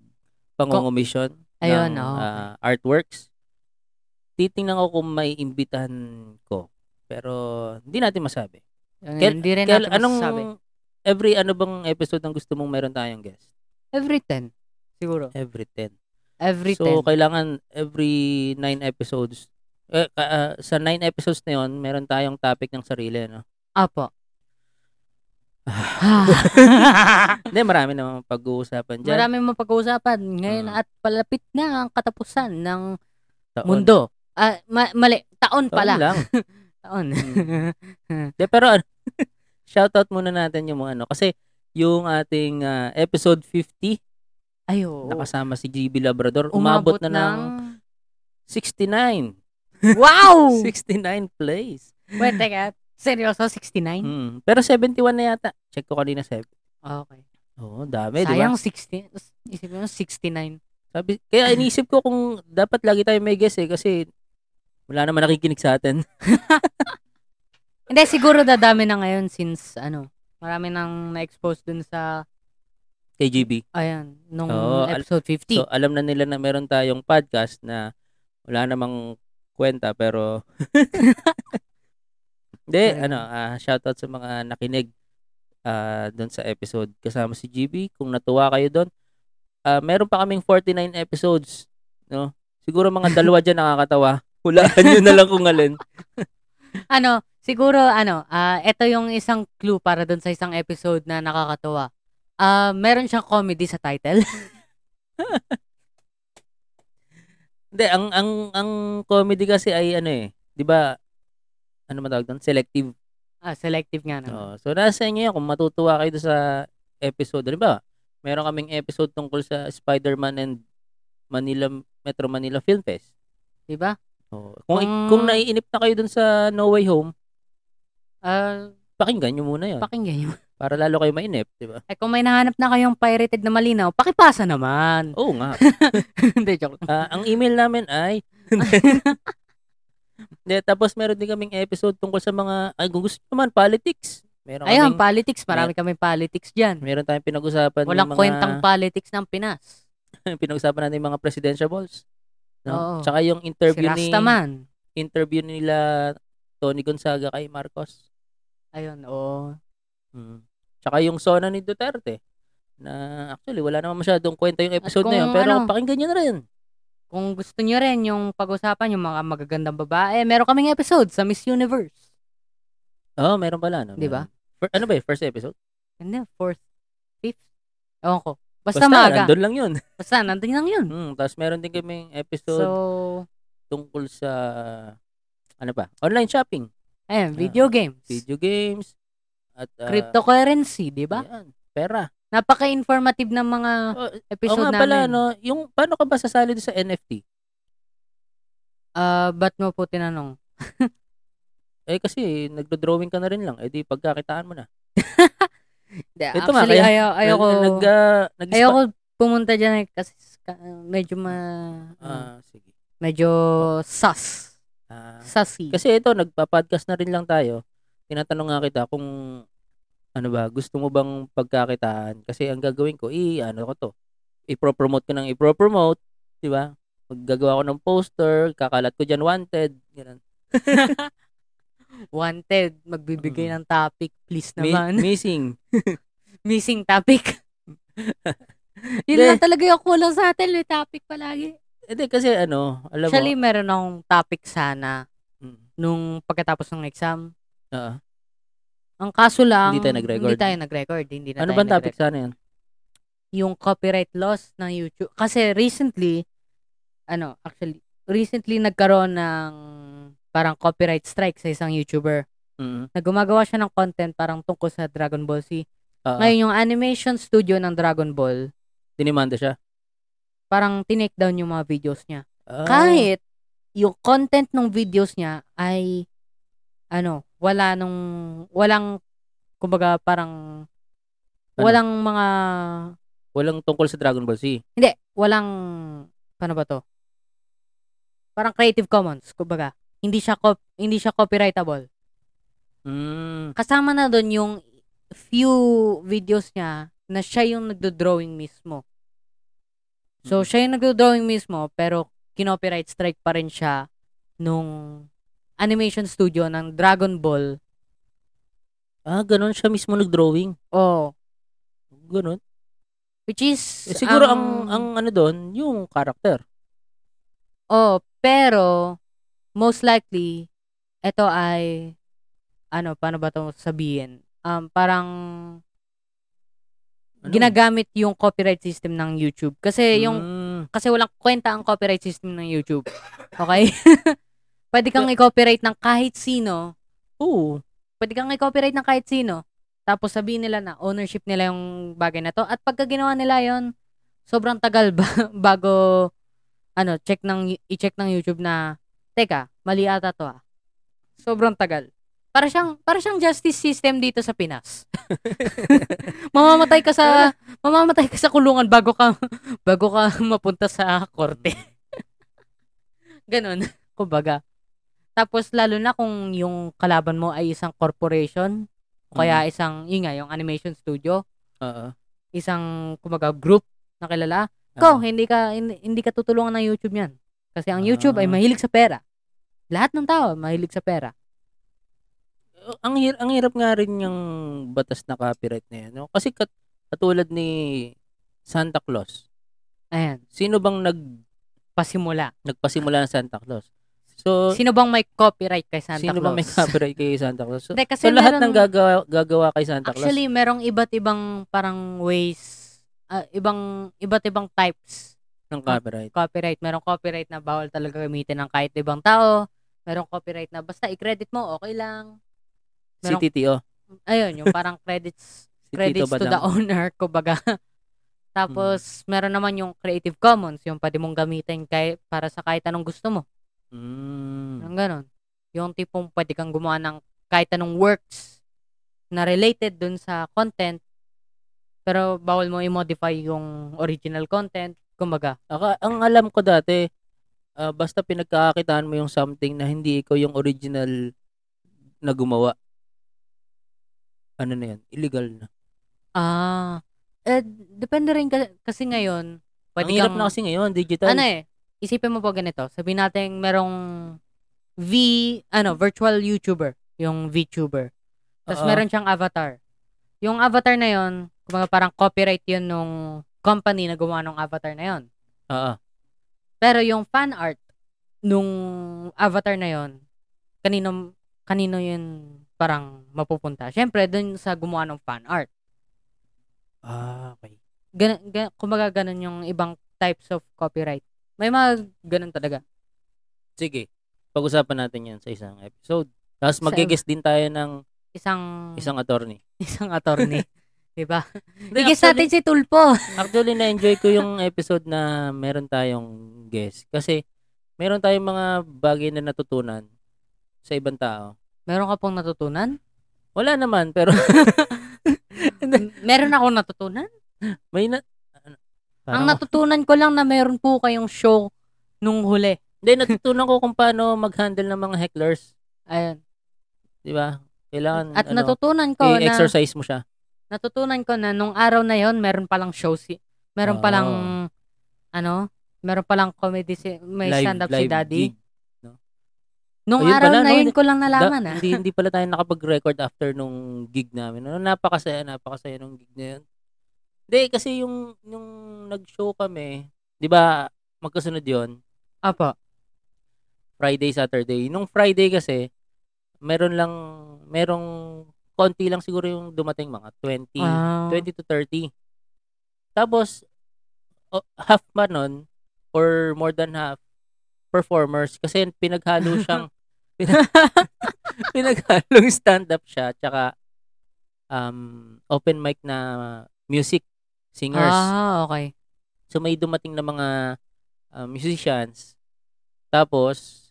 pangungumisyon Ayun, ng oo. ah, artworks. Titingnan ko kung may imbitahan ko. Pero hindi natin masabi. Yun, Kail- hindi rin Kaya natin anong masasabi. every ano bang episode ang gusto mong meron tayong guest? Every 10 siguro. Every 10. Every 10. so kailangan every 9 episodes. Eh, ka- ah, sa 9 episodes na 'yon, meron tayong topic ng (laughs) sarili, no? (laughs) Apo. Hindi, marami naman pag-uusapan dyan. Maraming Ah. mapag-uusapan ngayon Mm. at palapit na ang katapusan ng Taon. mundo. Ah, ma- mali, taon Taon pala. lang. Taon. Mm. De, pero ano, (laughs) shoutout muna natin yung mga ano. Kasi yung ating ah, episode 50, (laughs) Ay, oo. nakasama si GB Labrador, umabot, na ng 69. (laughs) (laughs) Wow! 69 plays. Wait, teka. Seryoso, 69? Mm. Pero 71 na yata. Check ko kanina, 7. Okay. Oo, dami, di ba? Sayang 16. Isipin mo, 69. Sabi, kaya iniisip ko kung dapat lagi tayo may guest eh kasi wala naman nakikinig sa atin. (laughs) Hindi, siguro dadami na ngayon since, ano, marami nang na-expose dun sa, Kay GB. ayan, nung Oo, al- episode 50. So, alam na nila na meron tayong podcast na wala namang kwenta pero (laughs) Hindi, Talaga. ano, ah, shoutout sa mga nakinig ah doon sa episode kasama si GB. Kung natuwa kayo doon, ah meron pa kaming 49 episodes, no? Siguro mga dalawa diyan nakakatawa. Hulaan niyo na lang kung alin. ano, siguro, ano, ah, ito yung isang clue para dun sa isang episode na nakakatawa. Ah, meron siyang comedy sa title. (laughs) Hindi, ang ang ang comedy kasi ay ano eh, 'di ba? Ano man tawag doon? Selective. ah, selective nga naman. Oo. So nasa inyo 'yan kung matutuwa kayo doon sa episode, 'di ba? Meron kaming episode tungkol sa Spider-Man and Manila Metro Manila Film Fest. Diba? Oo. Kung Mm. kung naiinip na kayo doon sa No Way Home, Ah, pakinggan niyo muna 'yon pakinggan yun. para lalo kayo mainip, 'di ba? Ay, kung may nahanap na kayong pirated na malinaw, pakipasa naman. (laughs) (laughs) Oo nga. Hindi, joke lang. (laughs) Ah, ang email namin ay (laughs) Hindi, tapos meron din kaming episode tungkol sa mga ay kung gusto nyo naman politics. Meron Ayun, Ano kaming- politics. Marami kami politics dyan. Meron tayong pinag-usapan Walang ng mga kwentang (laughs) politics ng Pinas. (laughs) pinag-usapan natin yung mga presidential balls. No? Oo. Tsaka yung Si interview ni Rastaman. interview nila Tony Gonzaga kay Marcos. Ayun, oo. Mm. Tsaka yung sona ni Duterte na actually wala naman masyadong kwenta yung episode na kung yun pero ano- pakinggan niyo na rin. Kung gusto nyo rin yung pag-usapan, yung mga magagandang babae, meron kaming episode sa Miss Universe. Oh, meron pala no. Di ba? Meron. Fir- ano ba yung first episode? Hindi, fourth, fifth. Ewan ko. Basta, maaga. nandun lang yun. (laughs) Basta, nandun lang yun. Mm, tapos meron din kaming So, episode tungkol sa ano pa? Online shopping, ayun, video games. video games, at ah, Cryptocurrency, di ba? yan, pera. Napaka-informative ng mga Oh, Oo episode nga pala, namin. no, yung paano ka ba sasali doon sa NFT? Ah, ba't mo po tinanong? Eh kasi nagdo-drawing ka na rin lang, eh di pagkakitaan mo na. Hindi, Ito nga, actually, kaya- ayaw, ayaw ko, Nag, ah, nag ayaw ko pumunta dyan eh, kasi ka- medyo ma, Ah, sige. medyo sus. Ah, Sassy. kasi ito nagpa-podcast na rin lang tayo. Tinatanong nga kita kung ano ba, gusto mo bang pagkakitaan? Kasi ang gagawin ko, i ano ko to. Ipro-promote ko ng ipro-promote, 'di ba? Maggagawa ko ng poster, kakalat ko diyan wanted, ganun. (laughs) wanted, magbibigay Mm. ng topic, please Mi- naman. missing. Missing topic. (laughs) Yun Hindi. lang talaga yung kulang sa atin, may topic palagi. Hindi Eh, kasi ano, alam Actually, mo. meron akong topic sana Mm. nung pagkatapos ng exam. Oo. Ang kaso lang, Hindi tayo nag-record. Hindi tayo nag-record. Hindi na Ano tayo ba ang topic nag-record. sana yan? Yung copyright laws ng YouTube. Kasi recently, ano, actually, recently nagkaroon ng parang copyright strike sa isang YouTuber Mm. na gumagawa siya ng content parang tungkol sa Dragon Ball Z. Oo. Ngayon, yung animation studio ng Dragon Ball, Dinimanda siya. parang tinake down yung mga videos niya. Ah, Kahit yung content ng videos niya ay ano, wala nung walang kumbaga parang Ano? walang mga walang tungkol sa Dragon Ball Z. hindi, walang paano ba to? Parang Creative Commons, kumbaga. Hindi siya cop- hindi siya copyrightable. Mm. Kasama na doon yung few videos niya na siya yung nagdo-drawing mismo. So, Mm. siya yung nagdo-drawing mismo, pero kinopyright strike pa rin siya nung animation studio ng Dragon Ball. Ah, ganun siya mismo nag-drawing. Oh, Ganun. which is... um, Eh, siguro ang, ang ano doon, yung character. Oh, pero most likely, ito ay... Ano, paano ba ito sabihin? Um, parang Ano? ginagamit yung copyright system ng YouTube. Kasi yung Mm. kasi walang kwenta ang copyright system ng YouTube. Okay? (laughs) Pwede kang i-copyright ng kahit sino Oo. pwede kang i-copyright ng kahit sino. Tapos sabihin nila na ownership nila yung bagay na to. At pagka ginawa nila yon sobrang tagal ba- (laughs) bago ano, check ng i-check ng YouTube na teka, mali ata to ah. Sobrang tagal. Para siyang para siyang justice system dito sa Pinas. (laughs) mamamatay ka sa mamamatay ka sa kulungan bago ka bago ka mapunta sa korte. Hmm. Ganon. (laughs) Kumbaga. Tapos, lalo na kung yung kalaban mo ay isang corporation, o Mm. kaya isang, yun nga, yung animation studio, Oo. isang, kumbaga, group na kilala. Oo. Ko, hindi ka, hindi, hindi ka tutulungan ng YouTube yan. Kasi ang YouTube ay Ah. mahilig sa pera. Lahat ng tao mahilig sa pera. Uh, ang hir- ang hirap nga rin yung batas na copyright na yan, no? Kasi kat- katulad ni Santa Claus. Ayan, Sino bang nag pasimula. nagpasimula ng Santa Claus? So Sino bang may copyright kay Santa sino Claus? bang may copyright kay Santa Claus? (laughs) So, Hindi, kasi so lahat meron- ng gagawa, gagawa kay Santa Actually, merong iba't ibang parang ways, ah, ibang iba't ibang types Claus ng copyright. copyright. Merong copyright na bawal talaga gamitin ng kahit ibang tao. Merong copyright na basta i-credit mo, okay lang. Si merong- TTO. Ayun, yung parang credits (laughs) Si credits Tito to the Badang. Mm. owner, (laughs) kumbaga. Tapos, meron naman yung Creative Commons, yung pwede mong gamitin kay, para sa kahit anong gusto mo. Mm. Ang ganon. Yung tipong pwede kang gumawa ng kahit anong works na related dun sa content, pero bawal mo i-modify yung original content. Kumbaga, Aka, ang alam ko dati, ah, basta pinagkakakitaan mo yung something na hindi ikaw yung original na gumawa. Ano na yan? Illegal na. Ah. Eh, depende rin ka- kasi ngayon, pwede ang hirap kang, na kasi ngayon, digital. ano eh, isipin mo po ganito. Sabihin natin merong V, ano, virtual YouTuber, yung VTuber. Tapos Oo. meron siyang avatar. Yung avatar na yon, kumbaga parang copyright yun nung company na gumawa ng avatar na yon. Oo. Pero yung fan art nung avatar na yon, kanino kanino yun parang mapupunta? Syempre dun sa gumawa ng fan art. Ah, okay. gan, gan, kumbaga ganun yung ibang types of copyright. May mga ganun talaga. Sige. Pag-usapan natin yan sa isang episode. Tapos Sa- mag-guess din tayo ng Isang isang attorney. (laughs) isang (laughs) attorney, (laughs) 'di ba? Hindi, Igis natin actually, si (laughs) Tulpo. actually, na-enjoy ko yung episode na meron tayong guest. Kasi meron tayong mga bagay na natutunan sa ibang tao. Meron ka pong (laughs) natutunan? Wala naman, pero (laughs) M- meron akong natutunan. may na... ano, Ang natutunan ko lang na meron po kayong show nung huli. Hindi, natutunan ko kung paano mag-handle ng mga hecklers. Ayun. Di ba? Kailangan, At ano, natutunan ko na i-exercise mo siya. natutunan ko na nung araw na 'yon meron palang show si meron palang Oh. ano, meron palang comedy si may Live- stand up si live Daddy. gig. Nung Ayun araw pala, na no? 'yon ko lang nalaman Da- ah. Hindi, hindi pala tayo nakapag-record after nung gig namin. Ano, napakasaya, napakasaya nung gig na yun. Hindi, kasi yung, yung nag-show kami, di ba, magkasunod yon Apo. Friday, Saturday. Nung Friday kasi, meron lang, merong konti lang siguro yung dumating mga 20, Ah. 20 to 30. Tapos, o- half man nun, or more than half, performers. Kasi pinaghalo siyang, pinag, (laughs) pinaghalong stand-up siya, tsaka um, open mic na music singers. Ah, okay. So may dumating na mga uh, musicians. Tapos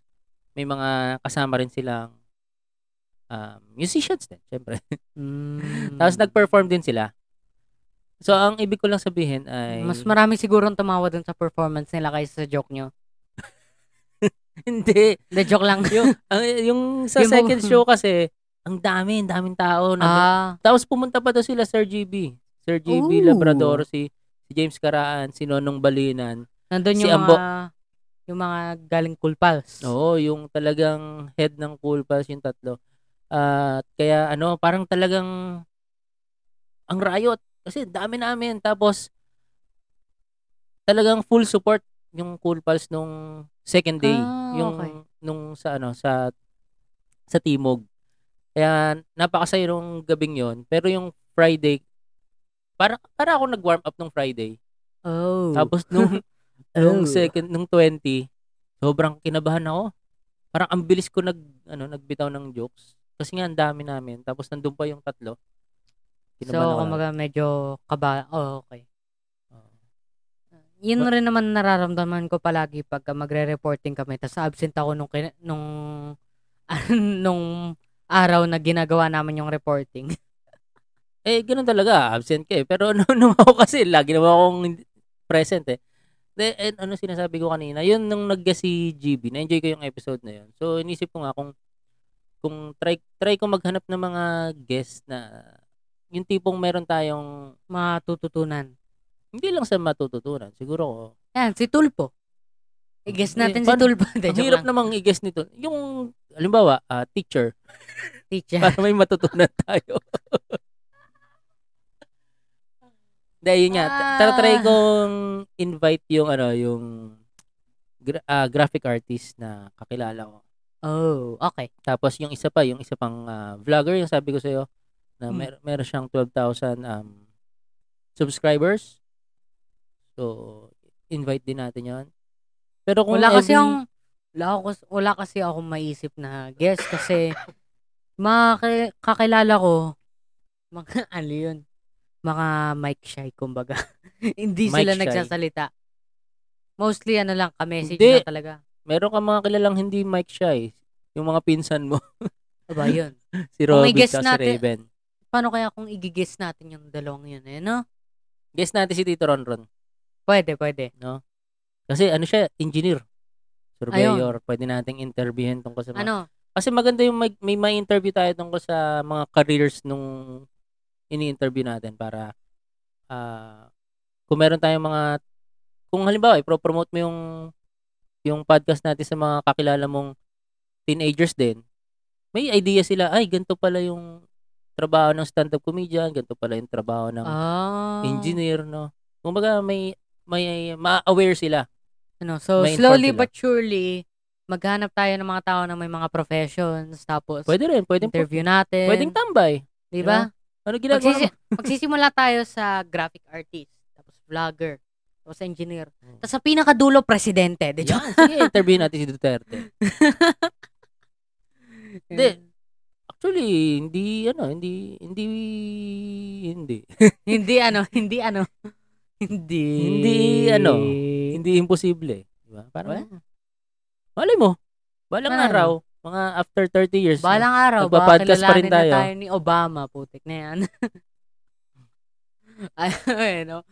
may mga kasama rin silang um, musicians din, syempre. Mm. Tapos nag-perform din sila. So ang ibig ko lang sabihin ay Mas marami siguro ang tumawa dun sa performance nila kaysa sa joke nyo. (laughs) hindi The joke (laughs) lang. yung ang- yung sa Yung mga- second show kasi ang dami, ang daming tao na. ah, Tapos pumunta pa daw sila Sir GB, Sir GB Ooh. Labrador si, si James Karaan, si Nonong Balinan. nandun si yung Ambo. mga yung mga galing cool pals. Oo, yung talagang head ng Cool Pals yung tatlo. At kaya ano, parang talagang ang riot kasi dami namin tapos talagang full support yung Cool Pals nung second day, Ah, yung okay. nung sa ano sa sa Timog. Kaya napakasaya nung gabing yon. Pero yung Friday para para ako nag-warm up nung Friday. Oh. Tapos nung (laughs) nung Oh. second nung 20, sobrang kinabahan ako. Parang ang bilis ko nag ano nagbitaw ng jokes kasi nga ang dami namin. Tapos nandun pa yung tatlo. so, Kinabahan ako. kumbaga medyo kaba. Oh, okay. Oo. Yun Ba- rin naman nararamdaman ko palagi pag magre-reporting kami. Tapos absent ako nung, kin- nung, (laughs) nung araw na ginagawa naman yung reporting. (laughs) Eh ganun talaga, absent ka eh. Pero (laughs) ano naman ako kasi lagi naman akong hindi- present eh. De, and ano sinasabi ko kanina, yun nung nag si GB, na-enjoy ko yung episode na yun. So inisip ko nga kung kung try try ko maghanap ng mga guest na yung tipong meron tayong Matututunan. hindi lang sa matututunan. Siguro oh. ko, Yan, si Tulpo. I-guess Eh, natin si paano- Tulpo. (laughs) De, Ang joke hirap lang. namang i-guess nito. Yung, alimbawa, ah, (laughs) teacher, Teacher. para may matutunan tayo. (laughs) Dahil yun nga, Ah. tatatry kong invite yung, ano, yung gra- ah, graphic artist na kakilala ko. Oh, okay. Tapos yung isa pa, yung isa pang ah, vlogger, yung sabi ko sa'yo, na Hmm. mer- meron siyang 12,000 um, subscribers. So, invite din natin yon Pero kung Wala kasi every- akong wala, ako, wala kasi akong maisip na guess kasi (coughs) mga ki- kakilala ko mga (laughs) ano yun mga mic shy kumbaga (laughs) hindi Mic sila shy. nagsasalita mostly ano lang kami message Hindi. na talaga meron ka mga kilalang hindi mic shy. Yung mga pinsan mo, (laughs) aba (coughs) yun si Kung Robin Oh, may guess at si natin- Raven. paano kaya kung i-guess natin yung dalawang yun eh no Guess natin si Tito Ronron. pwede pwede Kasi ano siya, engineer. Surveyor. Pwede nating interviewin tungkol sa mga... ano Kasi maganda yung may, may, may interview tayo tungkol sa mga careers nung ini-interview natin para ah, kung meron tayong mga... Kung halimbawa, ipropromote mo yung yung podcast natin sa mga kakilala mong teenagers din, may idea sila, ay, ganito pala yung trabaho ng stand-up comedian, ganito pala yung trabaho ng ah engineer, no? Kumbaga, may, may, ma-aware sila. ano so May inform slowly sila. but surely maghanap tayo ng mga tao na may mga professions tapos Pwede rin, pwedeng, interview natin pwedeng tambay. di ba you Ano ginagawa Magsisi- (laughs) magsisimula tayo sa graphic artist, tapos vlogger, tapos engineer. mo? Tapos sa pinakadulo, presidente. Di (laughs) Yan, sige, interview natin si Duterte. Hindi. Actually, hindi, ano, hindi, hindi, hindi. (laughs) hindi ano, (laughs) hindi ano. Hindi. Hindi, ano, Hindi imposible. eh, Di ba? Parang, malay mo, balang Malay mo. araw, mga after 30 years. Balang araw, baka Nagpa-podcast pa rin kilalanin na tayo. tayo ni Obama, putik na yan. (laughs) Ay, (laughs) ano?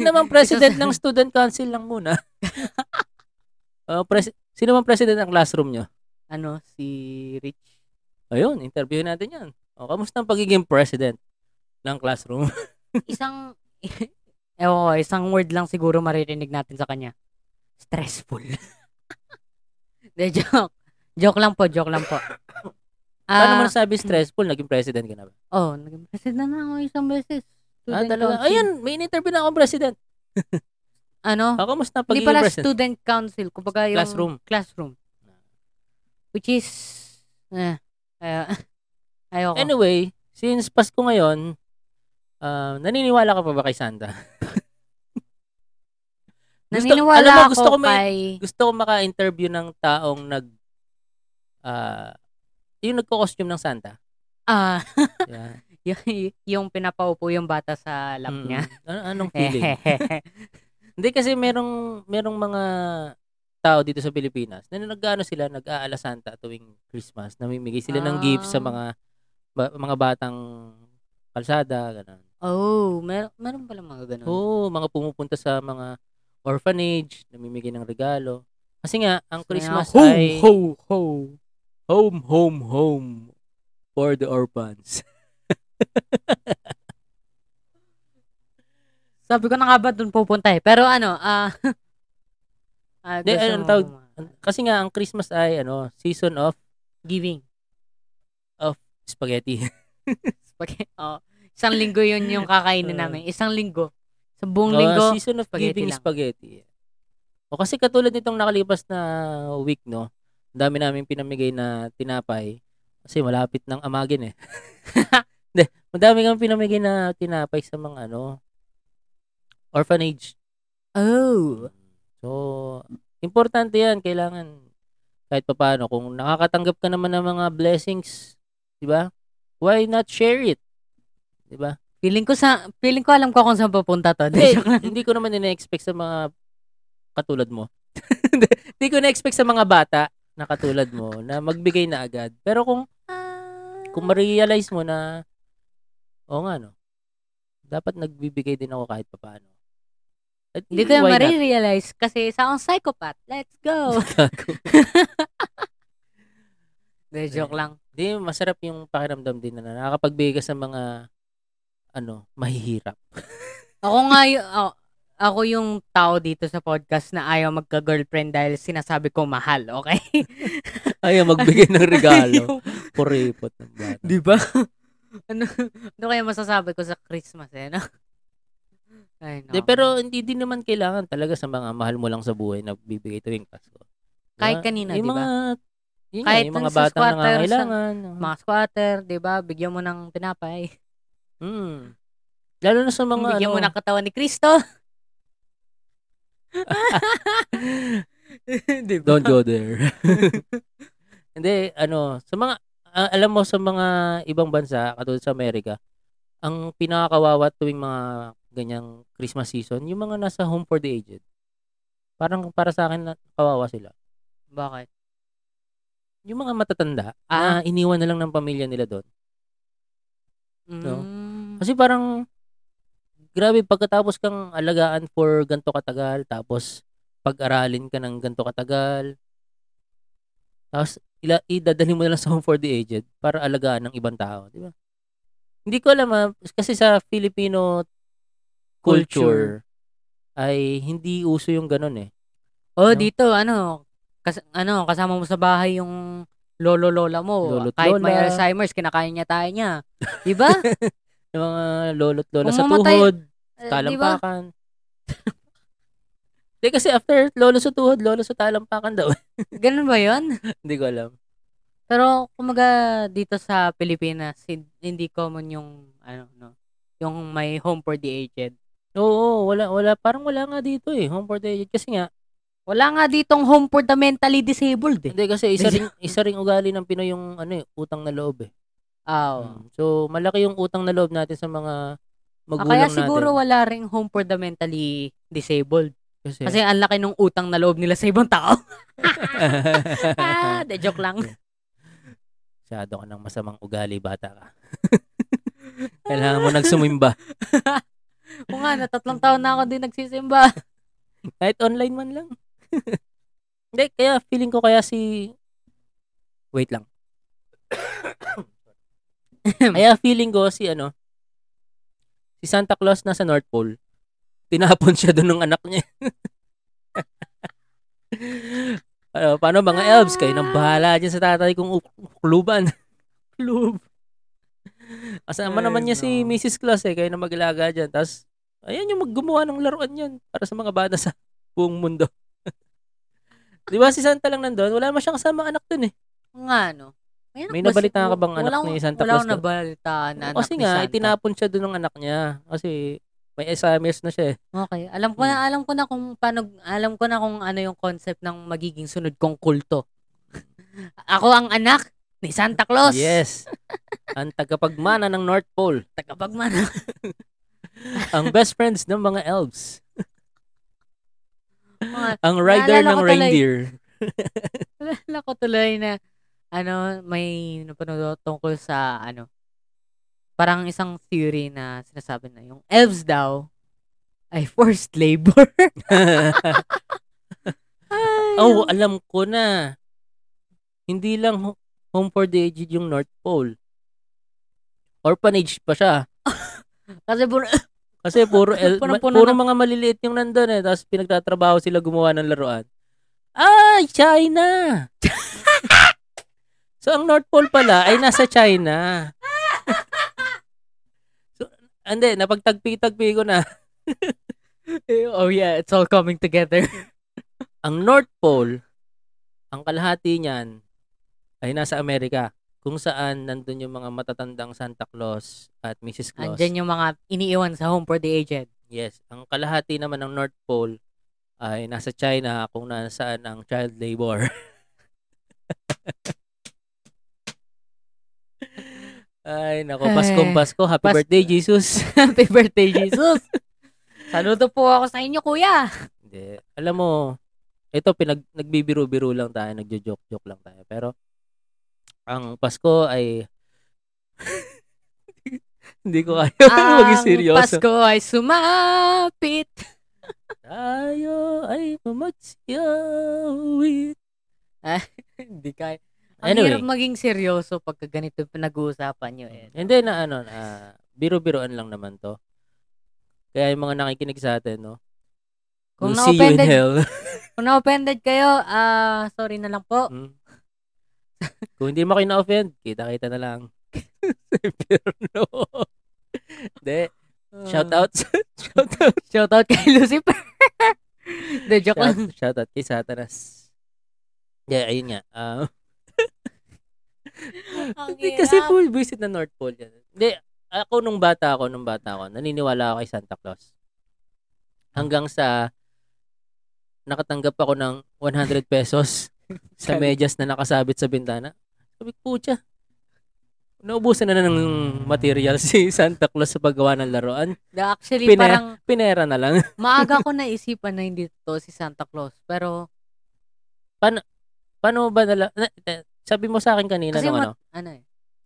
(laughs) namang president ng student council lang muna. (laughs) Ah, pres- sino mang president ng classroom nyo? Ano, si Rich. Ayun, interview natin yan. O, kamusta ang pagiging president ng classroom? (laughs) Isang, (laughs) ewan ko, isang word lang siguro maririnig natin sa kanya. Stressful. (laughs) De, joke. Joke lang po, joke lang po. (coughs) Ah, Paano mo nasabi stressful? Naging president ka na ba? oh, naging president na ako isang beses. Ah, Student talaga. council. Ayun, may in-interview na akong president. Ano? O, kamusta ang Hindi pagiging pala president? student council. Kumbaga yung Oh, Classroom. classroom. Which is, eh, ay- (laughs) ayoko. Anyway, since Pasko ngayon, ah, naniniwala ka pa ba kay Santa? (laughs) gusto- Naniniwala alam mo, gusto ako ko may- kay... Gusto ko maka-interview ng taong nag ah, yung nagko-costume ng Santa. Ah, (laughs) (laughs) Yeah. y- yung pinapaupo yung bata sa lap Mm. niya. Ano- (laughs) anong feeling? Hindi kasi merong merong mga tao dito sa Pilipinas na nag-ano sila nag-aala Santa tuwing Christmas, namimigay sila ng gifts sa Ah. mga ba- mga batang kalsada, ganun. oh, mer- meron pala mga ganun. Oo, mga pumupunta sa mga orphanage, namimigay ng regalo. Kasi nga ang Christmas ho, ay ho, ho. home home home for the orphans. (laughs) Sabi ko na nga ba doon pupunta eh. Pero ano, ah... (laughs) ah, Hindi, gusto ano mo tawag- ma- Kasi nga ang Christmas ay ano, season of Giving. spaghetti. (laughs) Spaghetti. (laughs) Oh, isang linggo yun (laughs) yung kakainin Oo. namin. Isang linggo. Sa buong Oo, linggo. season of spaghetti giving lang. spaghetti. O kasi katulad nitong nakalipas na week, no? Ang dami namin pinamigay na tinapay. Kasi malapit ng (laughs) amagin eh. Hindi, madami kami pinamigay na tinapay sa mga ano, orphanage. Oh. So, importante yan. Kailangan kahit papaano. Kung nakakatanggap ka naman ng mga blessings, di ba? Why not share it? Di ba? Feeling ko sa feeling ko alam ko kung saan papunta to. Hindi, (laughs) Joke lang. hindi ko naman ina-expect sa mga katulad mo. Hindi hindi ko na-expect sa mga bata na katulad mo na magbigay na agad. Pero kung Ah, kung ma-realize mo na oo nga no. Dapat nagbibigay din ako kahit papaano. At Hindi ko yan why not? marirealize kasi isa akong psychopath. Let's go. (laughs) De, joke lang. Hindi masarap yung pakiramdam din na nakakapagbigay ka sa mga ano, mahihirap. Ako nga yung, oh, ako yung tao dito sa podcast na ayaw magka-girlfriend dahil sinasabi ko mahal, okay? (laughs) Ayaw magbigay (laughs) ng (laughs) regalo. Ayaw. Puripot ng bata. (laughs) Di ba? ano, ano kaya masasabi ko sa Christmas eh, no? Ay, no. De, pero hindi din naman kailangan talaga sa mga mahal mo lang sa buhay na bibigay tuwing Pasko. Di Kahit ba? kanina, di ba? Yung mga, yun Kahit Kahit yung mga dun sa batang squatter, nangangailangan. Mga squatter, di ba? Bigyan mo ng tinapay. Mm. Lalo na sa mga Bigyan ano, mo ng katawan ni (laughs) Kristo. (laughs) di ba? don't go there. (laughs) hindi, ano, sa mga, ah, alam mo sa mga ibang bansa, katulad sa Amerika, ang pinakakawawa tuwing mga ganyang Christmas season, yung mga nasa home for the aged. Parang para sa akin, na- kawawa sila. Bakit? Yung mga matatanda, Ah. ah. iniwan na lang ng pamilya nila doon. No? Mm. Kasi parang, grabe, pagkatapos kang alagaan for ganto katagal, tapos pag-aralin ka ng ganto katagal, tapos ila, idadali mo na lang sa home for the aged para alagaan ng ibang tao, di ba? Hindi ko alam, ah, kasi sa Filipino culture, ay hindi uso yung ganun eh. Oh, No? dito, ano, kas- ano, kasama mo sa bahay yung lolo-lola mo. Lolo't Kahit may lola. Alzheimer's, kinakain niya tayo niya. Di (laughs) ba? Eh, Yung mga lolo't lola Kung sa mamatay- tuhod, Eh, di ba? talampakan. (laughs) Di kasi after lolo sa tuhod, lolo sa talampakan daw. (laughs) Ganun ba yun? hindi ko alam. Pero kumaga dito sa Pilipinas, hin- hindi common yung ano no, yung may home for the aged. Oo, wala wala parang wala nga dito eh, home for the aged kasi nga Wala nga ditong home for the mentally disabled eh. hindi kasi isa (laughs) Medyo- ring isa ring ugali ng Pinoy yung ano eh, utang na loob eh. Ah, oo. Mm. So malaki yung utang na loob natin sa Ah, mga magulang kaya siguro natin. wala ring home for the mentally disabled. Kasi, Kasi (laughs) ang laki ng utang na loob nila sa ibang tao. (laughs) ah, de joke lang. Masyado ka ng masamang ugali bata ka. (laughs) Kailangan mo nagsumimba. Kung nga, na tatlong taon na ako din nagsisimba. Kahit online man lang. (laughs) Hindi, kaya feeling ko kaya si... Wait lang. (coughs) kaya feeling ko si ano, si Santa Claus nasa North Pole. Tinapon siya doon ng anak niya. (laughs) ano, paano mga elves? Kayo nang bahala dyan sa tatay kong u- kluban. Klub. Kasama Ay, naman niya si no. Mrs. Claus eh. Kayo na mag-alaga dyan. Tapos, ayan yung maggumawa ng laruan yan para sa mga bata sa (laughs) buong mundo. Di ba si Santa lang nandun? Wala naman siyang kasama anak dun eh. Nga, no? anak May ba si- nabalitaan ka bang anak wala ni akong- Santa Wala Claus akong ka? Oh, nabalitaan na anak kasi ni nga, Santa. itinapon siya doon ng anak niya. Kasi may SMRs na siya eh. Okay. Alam ko Hmm. na, alam ko na kung paano, alam ko na kung ano yung concept ng magiging sunod kong kulto. (laughs) Ako ang anak ni Santa Claus. Yes. Ang tagapagmana ng North Pole. Tagapagmana. (laughs) Ang best friends ng mga elves. Mga- Ang rider Naalala ng ko tuloy. reindeer. (laughs) Naalala ko tuloy na, ano, may napanood ako tungkol sa, ano, parang isang theory na sinasabi na yung elves daw ay forced labor. (laughs) Ay, oh, alam ko na. Hindi lang ho- home for the aged yung North Pole. Orphanage pa siya. Kasi (laughs) (laughs) puro, Kasi puro, el- Parang ma- puno puro ng- mga maliliit yung nandun eh. Tapos pinagtatrabaho sila gumawa ng laruan. Ah, Ay, (laughs) China! so, ang North Pole pala ay nasa China. (laughs) so, hindi, napagtagpi-tagpi ko na. oh yeah, it's all coming together. Ang North Pole, ang kalahati niyan ay nasa Amerika. Kung saan nandun yung mga matatandang Santa Claus at Mrs. Claus. Andyan yung mga iniiwan sa home for the aged. (laughs) Yes. Ang kalahati naman ng North Pole ay nasa China kung nasaan ang child labor. (laughs) ay, nako. Paskong Ay. Pasko. Happy Pas- birthday, Jesus. Happy birthday, (laughs) Jesus! Saludo po ako sa inyo, kuya! Hindi. Alam mo, ito, pinag, nagbibiro-biro lang tayo. Nagjo-joke-joke lang tayo. Pero, ang Pasko ay... (laughs) Hindi ko kaya (laughs) maging seryoso. Pasko ay sumapit! (laughs) Tayo ay mamagsiyawit. Hindi kaya. Ang Anyway. hirap maging seryoso pagka ganito yung pinag-uusapan nyo. Eh. And then, na ano, ah, biro-biroan lang naman to. Kaya yung mga nakikinig sa atin, no? Kung we'll see you in na-offended- hell. (laughs) Kung na-offended kayo, ah sorry na lang po. Mm. Kung hindi mo kayo na-offend, kita-kita na lang. (laughs) Pero no. (laughs) Hindi. (laughs) Shout out. Mm. shout out. (laughs) Shout out kay Lucifer! (laughs) De, joke Shout, lang. shout out kay Satanas. Yeah, ayun nga. Ah, Ang hindi kasi hirap. full visit na North Pole yan. Hindi, ako nung bata ako, nung bata ako, naniniwala ako kay Santa Claus. Hanggang sa nakatanggap ako ng 100 (laughs) pesos sa medyas na nakasabit sa bintana. Sabi ko, putya. Naubusan na, na ng material si Santa Claus sa paggawa ng laruan. Actually, Pina- parang Pinera na lang. (laughs) maaga ko naisipan na hindi to si Santa Claus. Pero, Paano ba nala... na- eh, Sabi mo sa akin kanina kasi nung mat- ano, ano eh.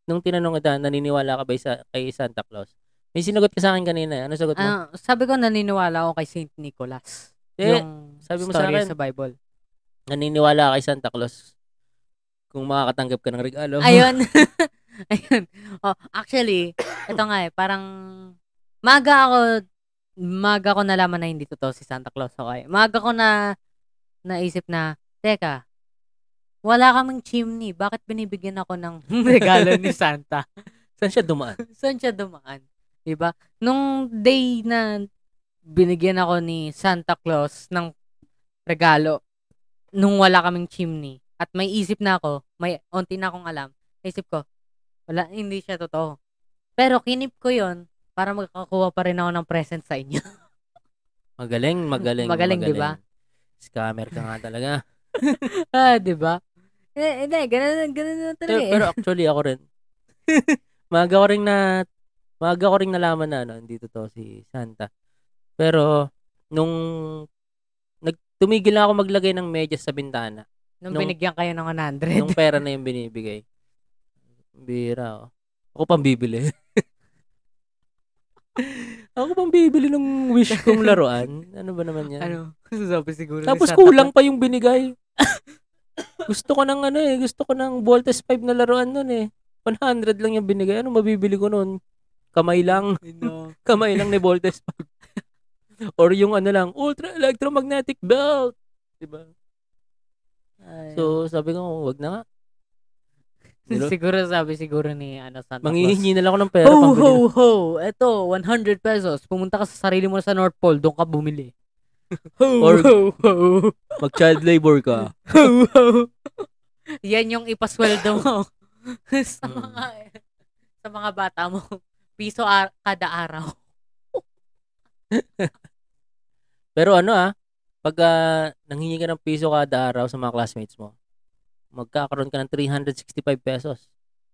nung tinanong kita, naniniwala ka ba sa, kay Santa Claus? May sinagot ka sa akin kanina. eh. Ano sagot mo? Ah, sabi ko naniniwala ako kay Saint Nicholas. Eh, yung sabi mo sa story akin. sa (laughs) Bible. naniniwala ka kay Santa Claus kung makakatanggap ka ng regalo. Ayun. (laughs) Ayun. Oh, actually, ito nga eh, parang maga ako maga ko nalaman na hindi totoo si Santa Claus okay. Maga ko na naisip na teka, wala kaming chimney. Bakit binibigyan ako ng (laughs) regalo ni Santa? (laughs) Saan siya dumaan? Saan siya dumaan? 'Di ba? Nung day na binigyan ako ni Santa Claus ng regalo nung wala kaming chimney at may isip na ako, may onti na akong alam. Naisip ko, wala, hindi siya totoo. Pero kinip ko yon para magkakuha pa rin ako ng present sa inyo. (laughs) Magaling, magaling, Magaling, di ba? Scammer ka nga talaga. ah, di ba? Eh, hindi, ganun, ganun na pero, (laughs) talaga eh. pero actually ako rin. (laughs) maaga ko rin na maaga ko rin nalaman na ano, hindi totoo si Santa. Pero nung nag tumigil na ako maglagay ng medyas sa bintana, nung, nung- binigyan kayo ng 100. yung pera na yung binibigay. Bira, oh. Ako pang bibili. (laughs) ako pang bibili ng wish kong laruan. Ano ba naman yan? (laughs) ano? Sabi siguro ni Tapos Santa kulang pa yung binigay. (laughs) gusto ko ng ano eh, gusto ko ng Voltes 5 na laruan nun eh. 100 lang yung binigay. Ano mabibili ko nun? Kamay lang. (laughs) Claus. You know. Kamay lang ni Voltes 5. (laughs) Or yung ano lang, ultra electromagnetic belt. Diba? (laughs) Ay. So, sabi ko, wag na nga. Pero- siguro sabi siguro ni ano Santa Claus. Manghihingi na lang ako ng Ho, pera. pambili ho, ng- ho. Eto, 100 pesos. Pumunta ka sa sarili mo sa North Pole, doon ka (laughs) bumili. Ho, Or- ho, ho. Mag-child labor ka. Ho, ho. (laughs) Yan yung ipasweldo mo (laughs) sa Mm. mga sa mga bata mo. Piso ar- kada araw. Pero ano ah, pag ah, nanghingi ka ng piso kada araw sa mga classmates mo, magkakaroon ka ng 365 pesos.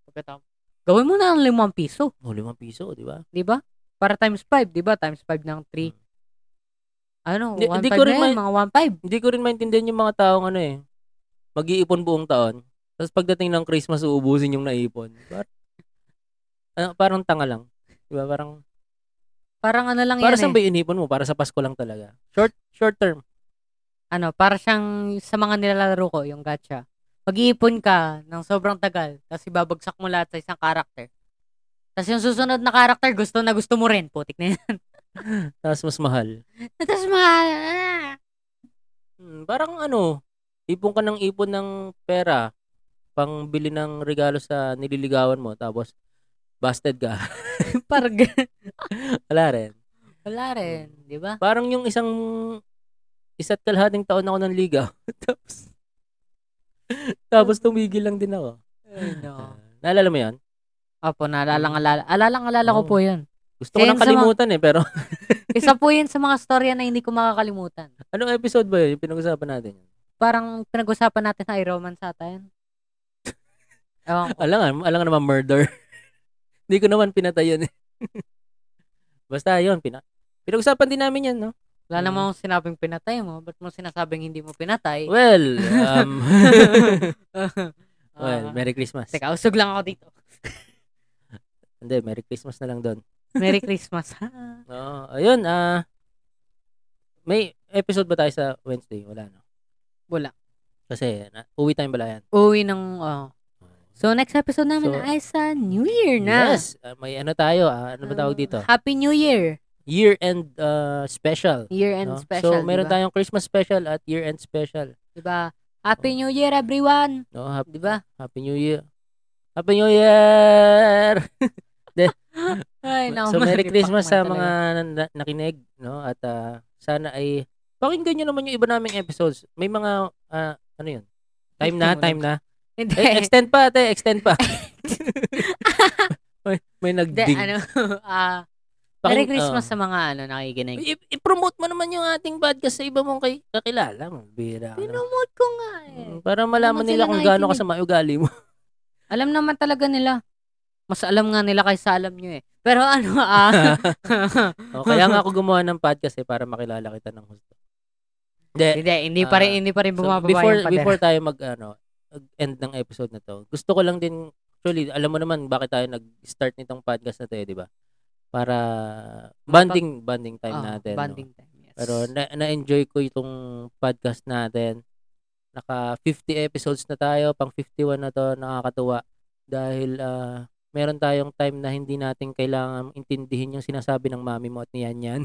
Pagkatapos, gawin mo na ng limang piso, O, limang piso, di ba? di ba? Para times 5, di ba? Times 5 ng 3. Ano, Hindi- 1.5 hindi ko rin na yan, ma- mga Hindi ko rin maintindihan yung mga taong ano eh, mag-iipon buong taon. Tapos pagdating ng Christmas, uubusin yung naipon. Par- ano, parang tanga lang. Di ba? Parang, 1.5. Parang ano lang para yan saan eh. ba yung inipon mo? Para sa Pasko lang talaga. Short short term. (laughs) Ano, para siyang sa mga nilalaro ko, yung gacha. Mag-iipon ka ng sobrang tagal, tapos ibabagsak mo lahat sa isang karakter. Tapos yung susunod na karakter, gusto na gusto mo rin. Putik (laughs) na yan. Tapos mas mahal. Tapos mga... ah, Hmm, parang ano, ipon ka ng ipon ng pera pang bili ng regalo sa nililigawan mo. Tapos, busted ka. (laughs) Parang... Wala rin. Wala rin, di ba? Parang yung isang isa't kalahating taon ako ng ligaw. (laughs) tapos, tapos tumigil lang din ako. no. Ah, naalala mo yan? Opo, naalala nga alala. Alala nga alala ko Oo. po yun. Gusto ko Same nang sa mga- kalimutan eh, pero (laughs) Isa po yun sa mga storya na hindi ko makakalimutan. anong episode ba yun? Yung pinag-usapan natin. Parang pinag-usapan natin na i-romance ata yun. Oh, Ewan ko. Alangan, alangan naman murder. (laughs) Hindi ko naman pinatay yun eh. (laughs) Basta yun, pina pinag-usapan din namin yan, no? Wala Mm. namang sinabing pinatay mo. Ba't mo sinasabing hindi mo pinatay? (laughs) Well, um, well, Ah, Merry Christmas. teka, usog lang ako dito. (laughs) Hindi, Merry Christmas na lang doon. Merry Christmas, ha? Oo, ayun, ah, may episode ba tayo sa Wednesday? Wala, no? Wala. Kasi, na, uwi tayong balayan. Uwi ng... oh. So, next episode namin So, ay sa New Year na. Yes, ah, may ano tayo, ah, ano ba tawag dito? Happy New Year. Year-end ah, special. Year-end no? special. So, meron diba? tayong Christmas special at year-end special. Diba? Happy New Year, everyone! No? Happy, Diba? Happy New Year. Happy New Year! Ay, naku, so, (laughs) Merry malipak Christmas man sa talaga. mga nan- na- nakinig, no? At ah, sana ay pakinggan nyo naman yung iba naming episodes. May mga, ah, ano yun? Time na, time (laughs) na. Hindi. Eh, extend pa, ate, extend (laughs) pa. may, may Hindi, nag-ding. ano, (laughs) ah, Merry oh. Christmas sa mga ano nakikinig. I- i-promote mo naman yung ating podcast sa iba mong kay kakilala mo. Bira. ka naman. Pinomote ko nga eh. Mm, Para naman malaman nila sila kung gaano nakikinig. kasama yung ugali (laughs) mo. Alam naman talaga nila. Mas alam nga nila kaysa alam nyo eh. Pero ano (laughs) ah. (laughs) O, Oh, kaya nga ako gumawa ng podcast eh, para makilala kita ng gusto. Hindi. hindi, hindi pa Ah, rin, hindi pa rin So, bumababa before, yung pader. before tayo mag, ano, end ng episode na to, gusto ko lang din, actually, alam mo naman bakit tayo nag-start nitong podcast na to eh, di ba? Para bonding, bonding time Ah, natin. no? Bonding time, yes. Pero na- na-enjoy ko itong podcast natin. Naka 50 episodes na tayo, pang 51 na to, nakakatuwa. Dahil ah, meron tayong time na hindi natin kailangan intindihin yung sinasabi ng mami mo at niyan yan.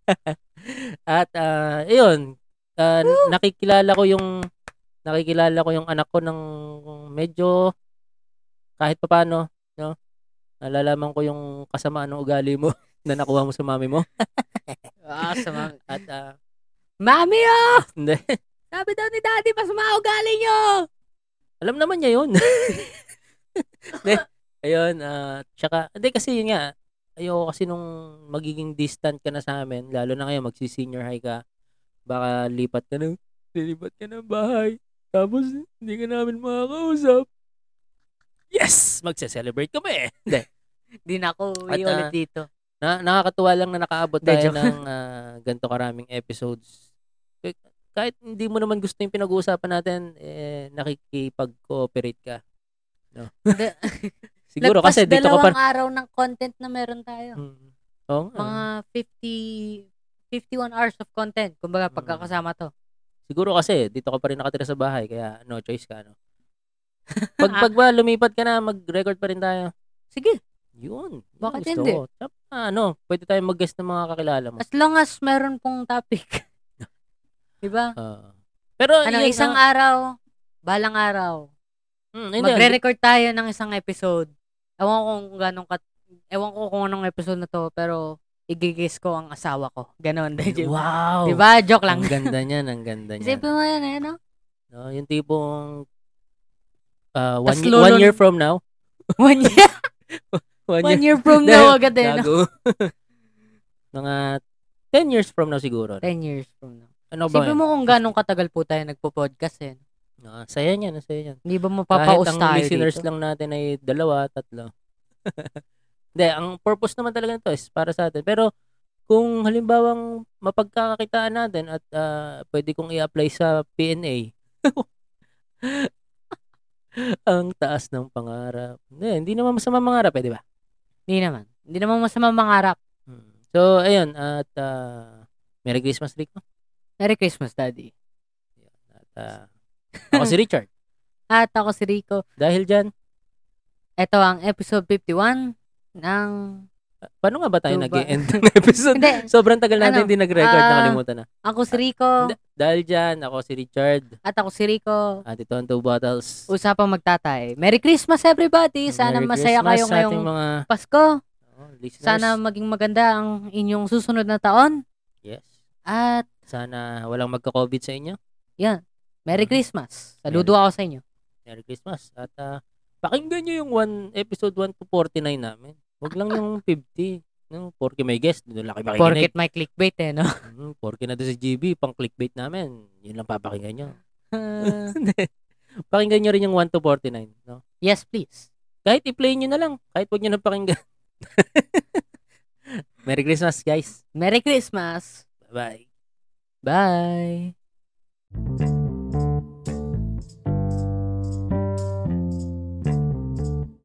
(laughs) at ah, ayun, ah, nakikilala ko yung nakikilala ko yung anak ko ng medyo kahit papaano, no? Nalalaman ko yung kasamaan ng ugali mo (laughs) na nakuha mo sa mami mo. ah, sa mga, At ah, Mami oh! (laughs) Hindi. Sabi daw ni Daddy, mas maugali nyo! Alam naman niya yun. (laughs) Hindi. Ayun, ah, tsaka, hindi kasi yun nga, ayoko kasi nung magiging distant ka na sa amin, lalo na ngayon, magsi-senior high ka, baka lipat ka ng, lilipat ka ng bahay, tapos hindi ka namin makakausap. Yes! Magse-celebrate kami! (laughs) Hindi. Di na ako uwi At, ah, ulit (laughs) dito. Na, nakakatuwa lang na nakaabot Hindi, tayo joke. ng ah, ganito karaming episodes. Kah- Kahit hindi mo naman gusto yung pinag-uusapan natin, eh, nakikipag-cooperate ka. No? Hindi. (laughs) Siguro Lagpas kasi dito ka pa... dalawang araw ng content na meron tayo. Mm. Oo nga. Mga 50, 51 hours of content. Kumbaga, Mm. pagkakasama to. Siguro kasi dito ka pa rin nakatira sa bahay kaya no choice ka (laughs) no. Pag (laughs) pag ba lumipat ka na mag-record pa rin Ah, tayo. Sige, Yun. yun Bakit gusto hindi? ko. Tap- ah, ano, pwede tayong mag-guest ng mga kakilala mo. as long as meron pong topic. (laughs) 'Di (laughs) ba? Ah. pero Ano, yun, isang ah, araw, balang araw, mm, hindi, magre-record tayo ng isang episode. Ewan ko kung ganong kat... Ewan ko kung anong episode na to, pero igigis ko ang asawa ko. Ganon, (laughs) hindi. diba? Wow. Diba? Joke lang. Ang ganda niyan, ang ganda niyan. Isipin mo yan, eh, no? No, yung tipong ah, one, Tas ye- one lulun- year from now. One year, One, one year. year from now agad eh. no? Gago. (laughs) Mga 10 years from now siguro. no? Ten years from now. Ano ba Sipin yun? mo kung gano'ng katagal po tayo nagpo-podcast eh. Ah, saya niyan, saya niyan. Hindi ba Kahit mapapaus ang tayo listeners dito? lang natin ay dalawa, tatlo. (laughs) Hindi, ang purpose naman talaga nito is para sa atin. Pero kung halimbawang mapagkakakitaan natin at ah, pwede kong i-apply sa PNA, (laughs) ang taas ng pangarap. Hindi, hindi naman masama mangarap, eh, di ba? Hindi naman. Hindi naman masama mangarap. Hmm. So, ayun. At ah, Merry Christmas, Rico. Merry Christmas, Daddy. At, ah, ako (laughs) si Richard. At ako si Rico. Dahil dyan, Ito ang episode 51 ng... ah, paano nga ba tayo Ano ba? nag-end ng episode? Hindi, Sobrang tagal natin Ano? hindi nag-record, Ah, nakalimutan na. (laughs) ako si Rico Da- dahil dyan, ako si Richard, at ako si Rico. at ito ang Two Bottles. Usapang magtatay. Merry Christmas everybody! Sana Merry masaya Christmas kayo sa ngayong ating mga Pasko. oh, listeners. Sana maging maganda ang inyong susunod na taon. Yes. At Sana walang magka-COVID sa inyo. Merry Mm. Christmas. Saludo ako sa inyo. Merry Christmas. At ah, pakinggan nyo yung one, episode 1 to 49 namin. Huwag lang yung 50. No, porke may guest, doon laki makikinig. Porkit may clickbait eh, no? (laughs) Mm, porke na doon si GB, pang clickbait namin. Yun lang papakinggan (laughs) nyo. pakinggan nyo rin yung 1 to 49. No? yes, please. Kahit i-play nyo na lang. Kahit huwag nyo na pakinggan. (laughs) Merry Christmas, guys. Merry Christmas. Bye-bye. Bye.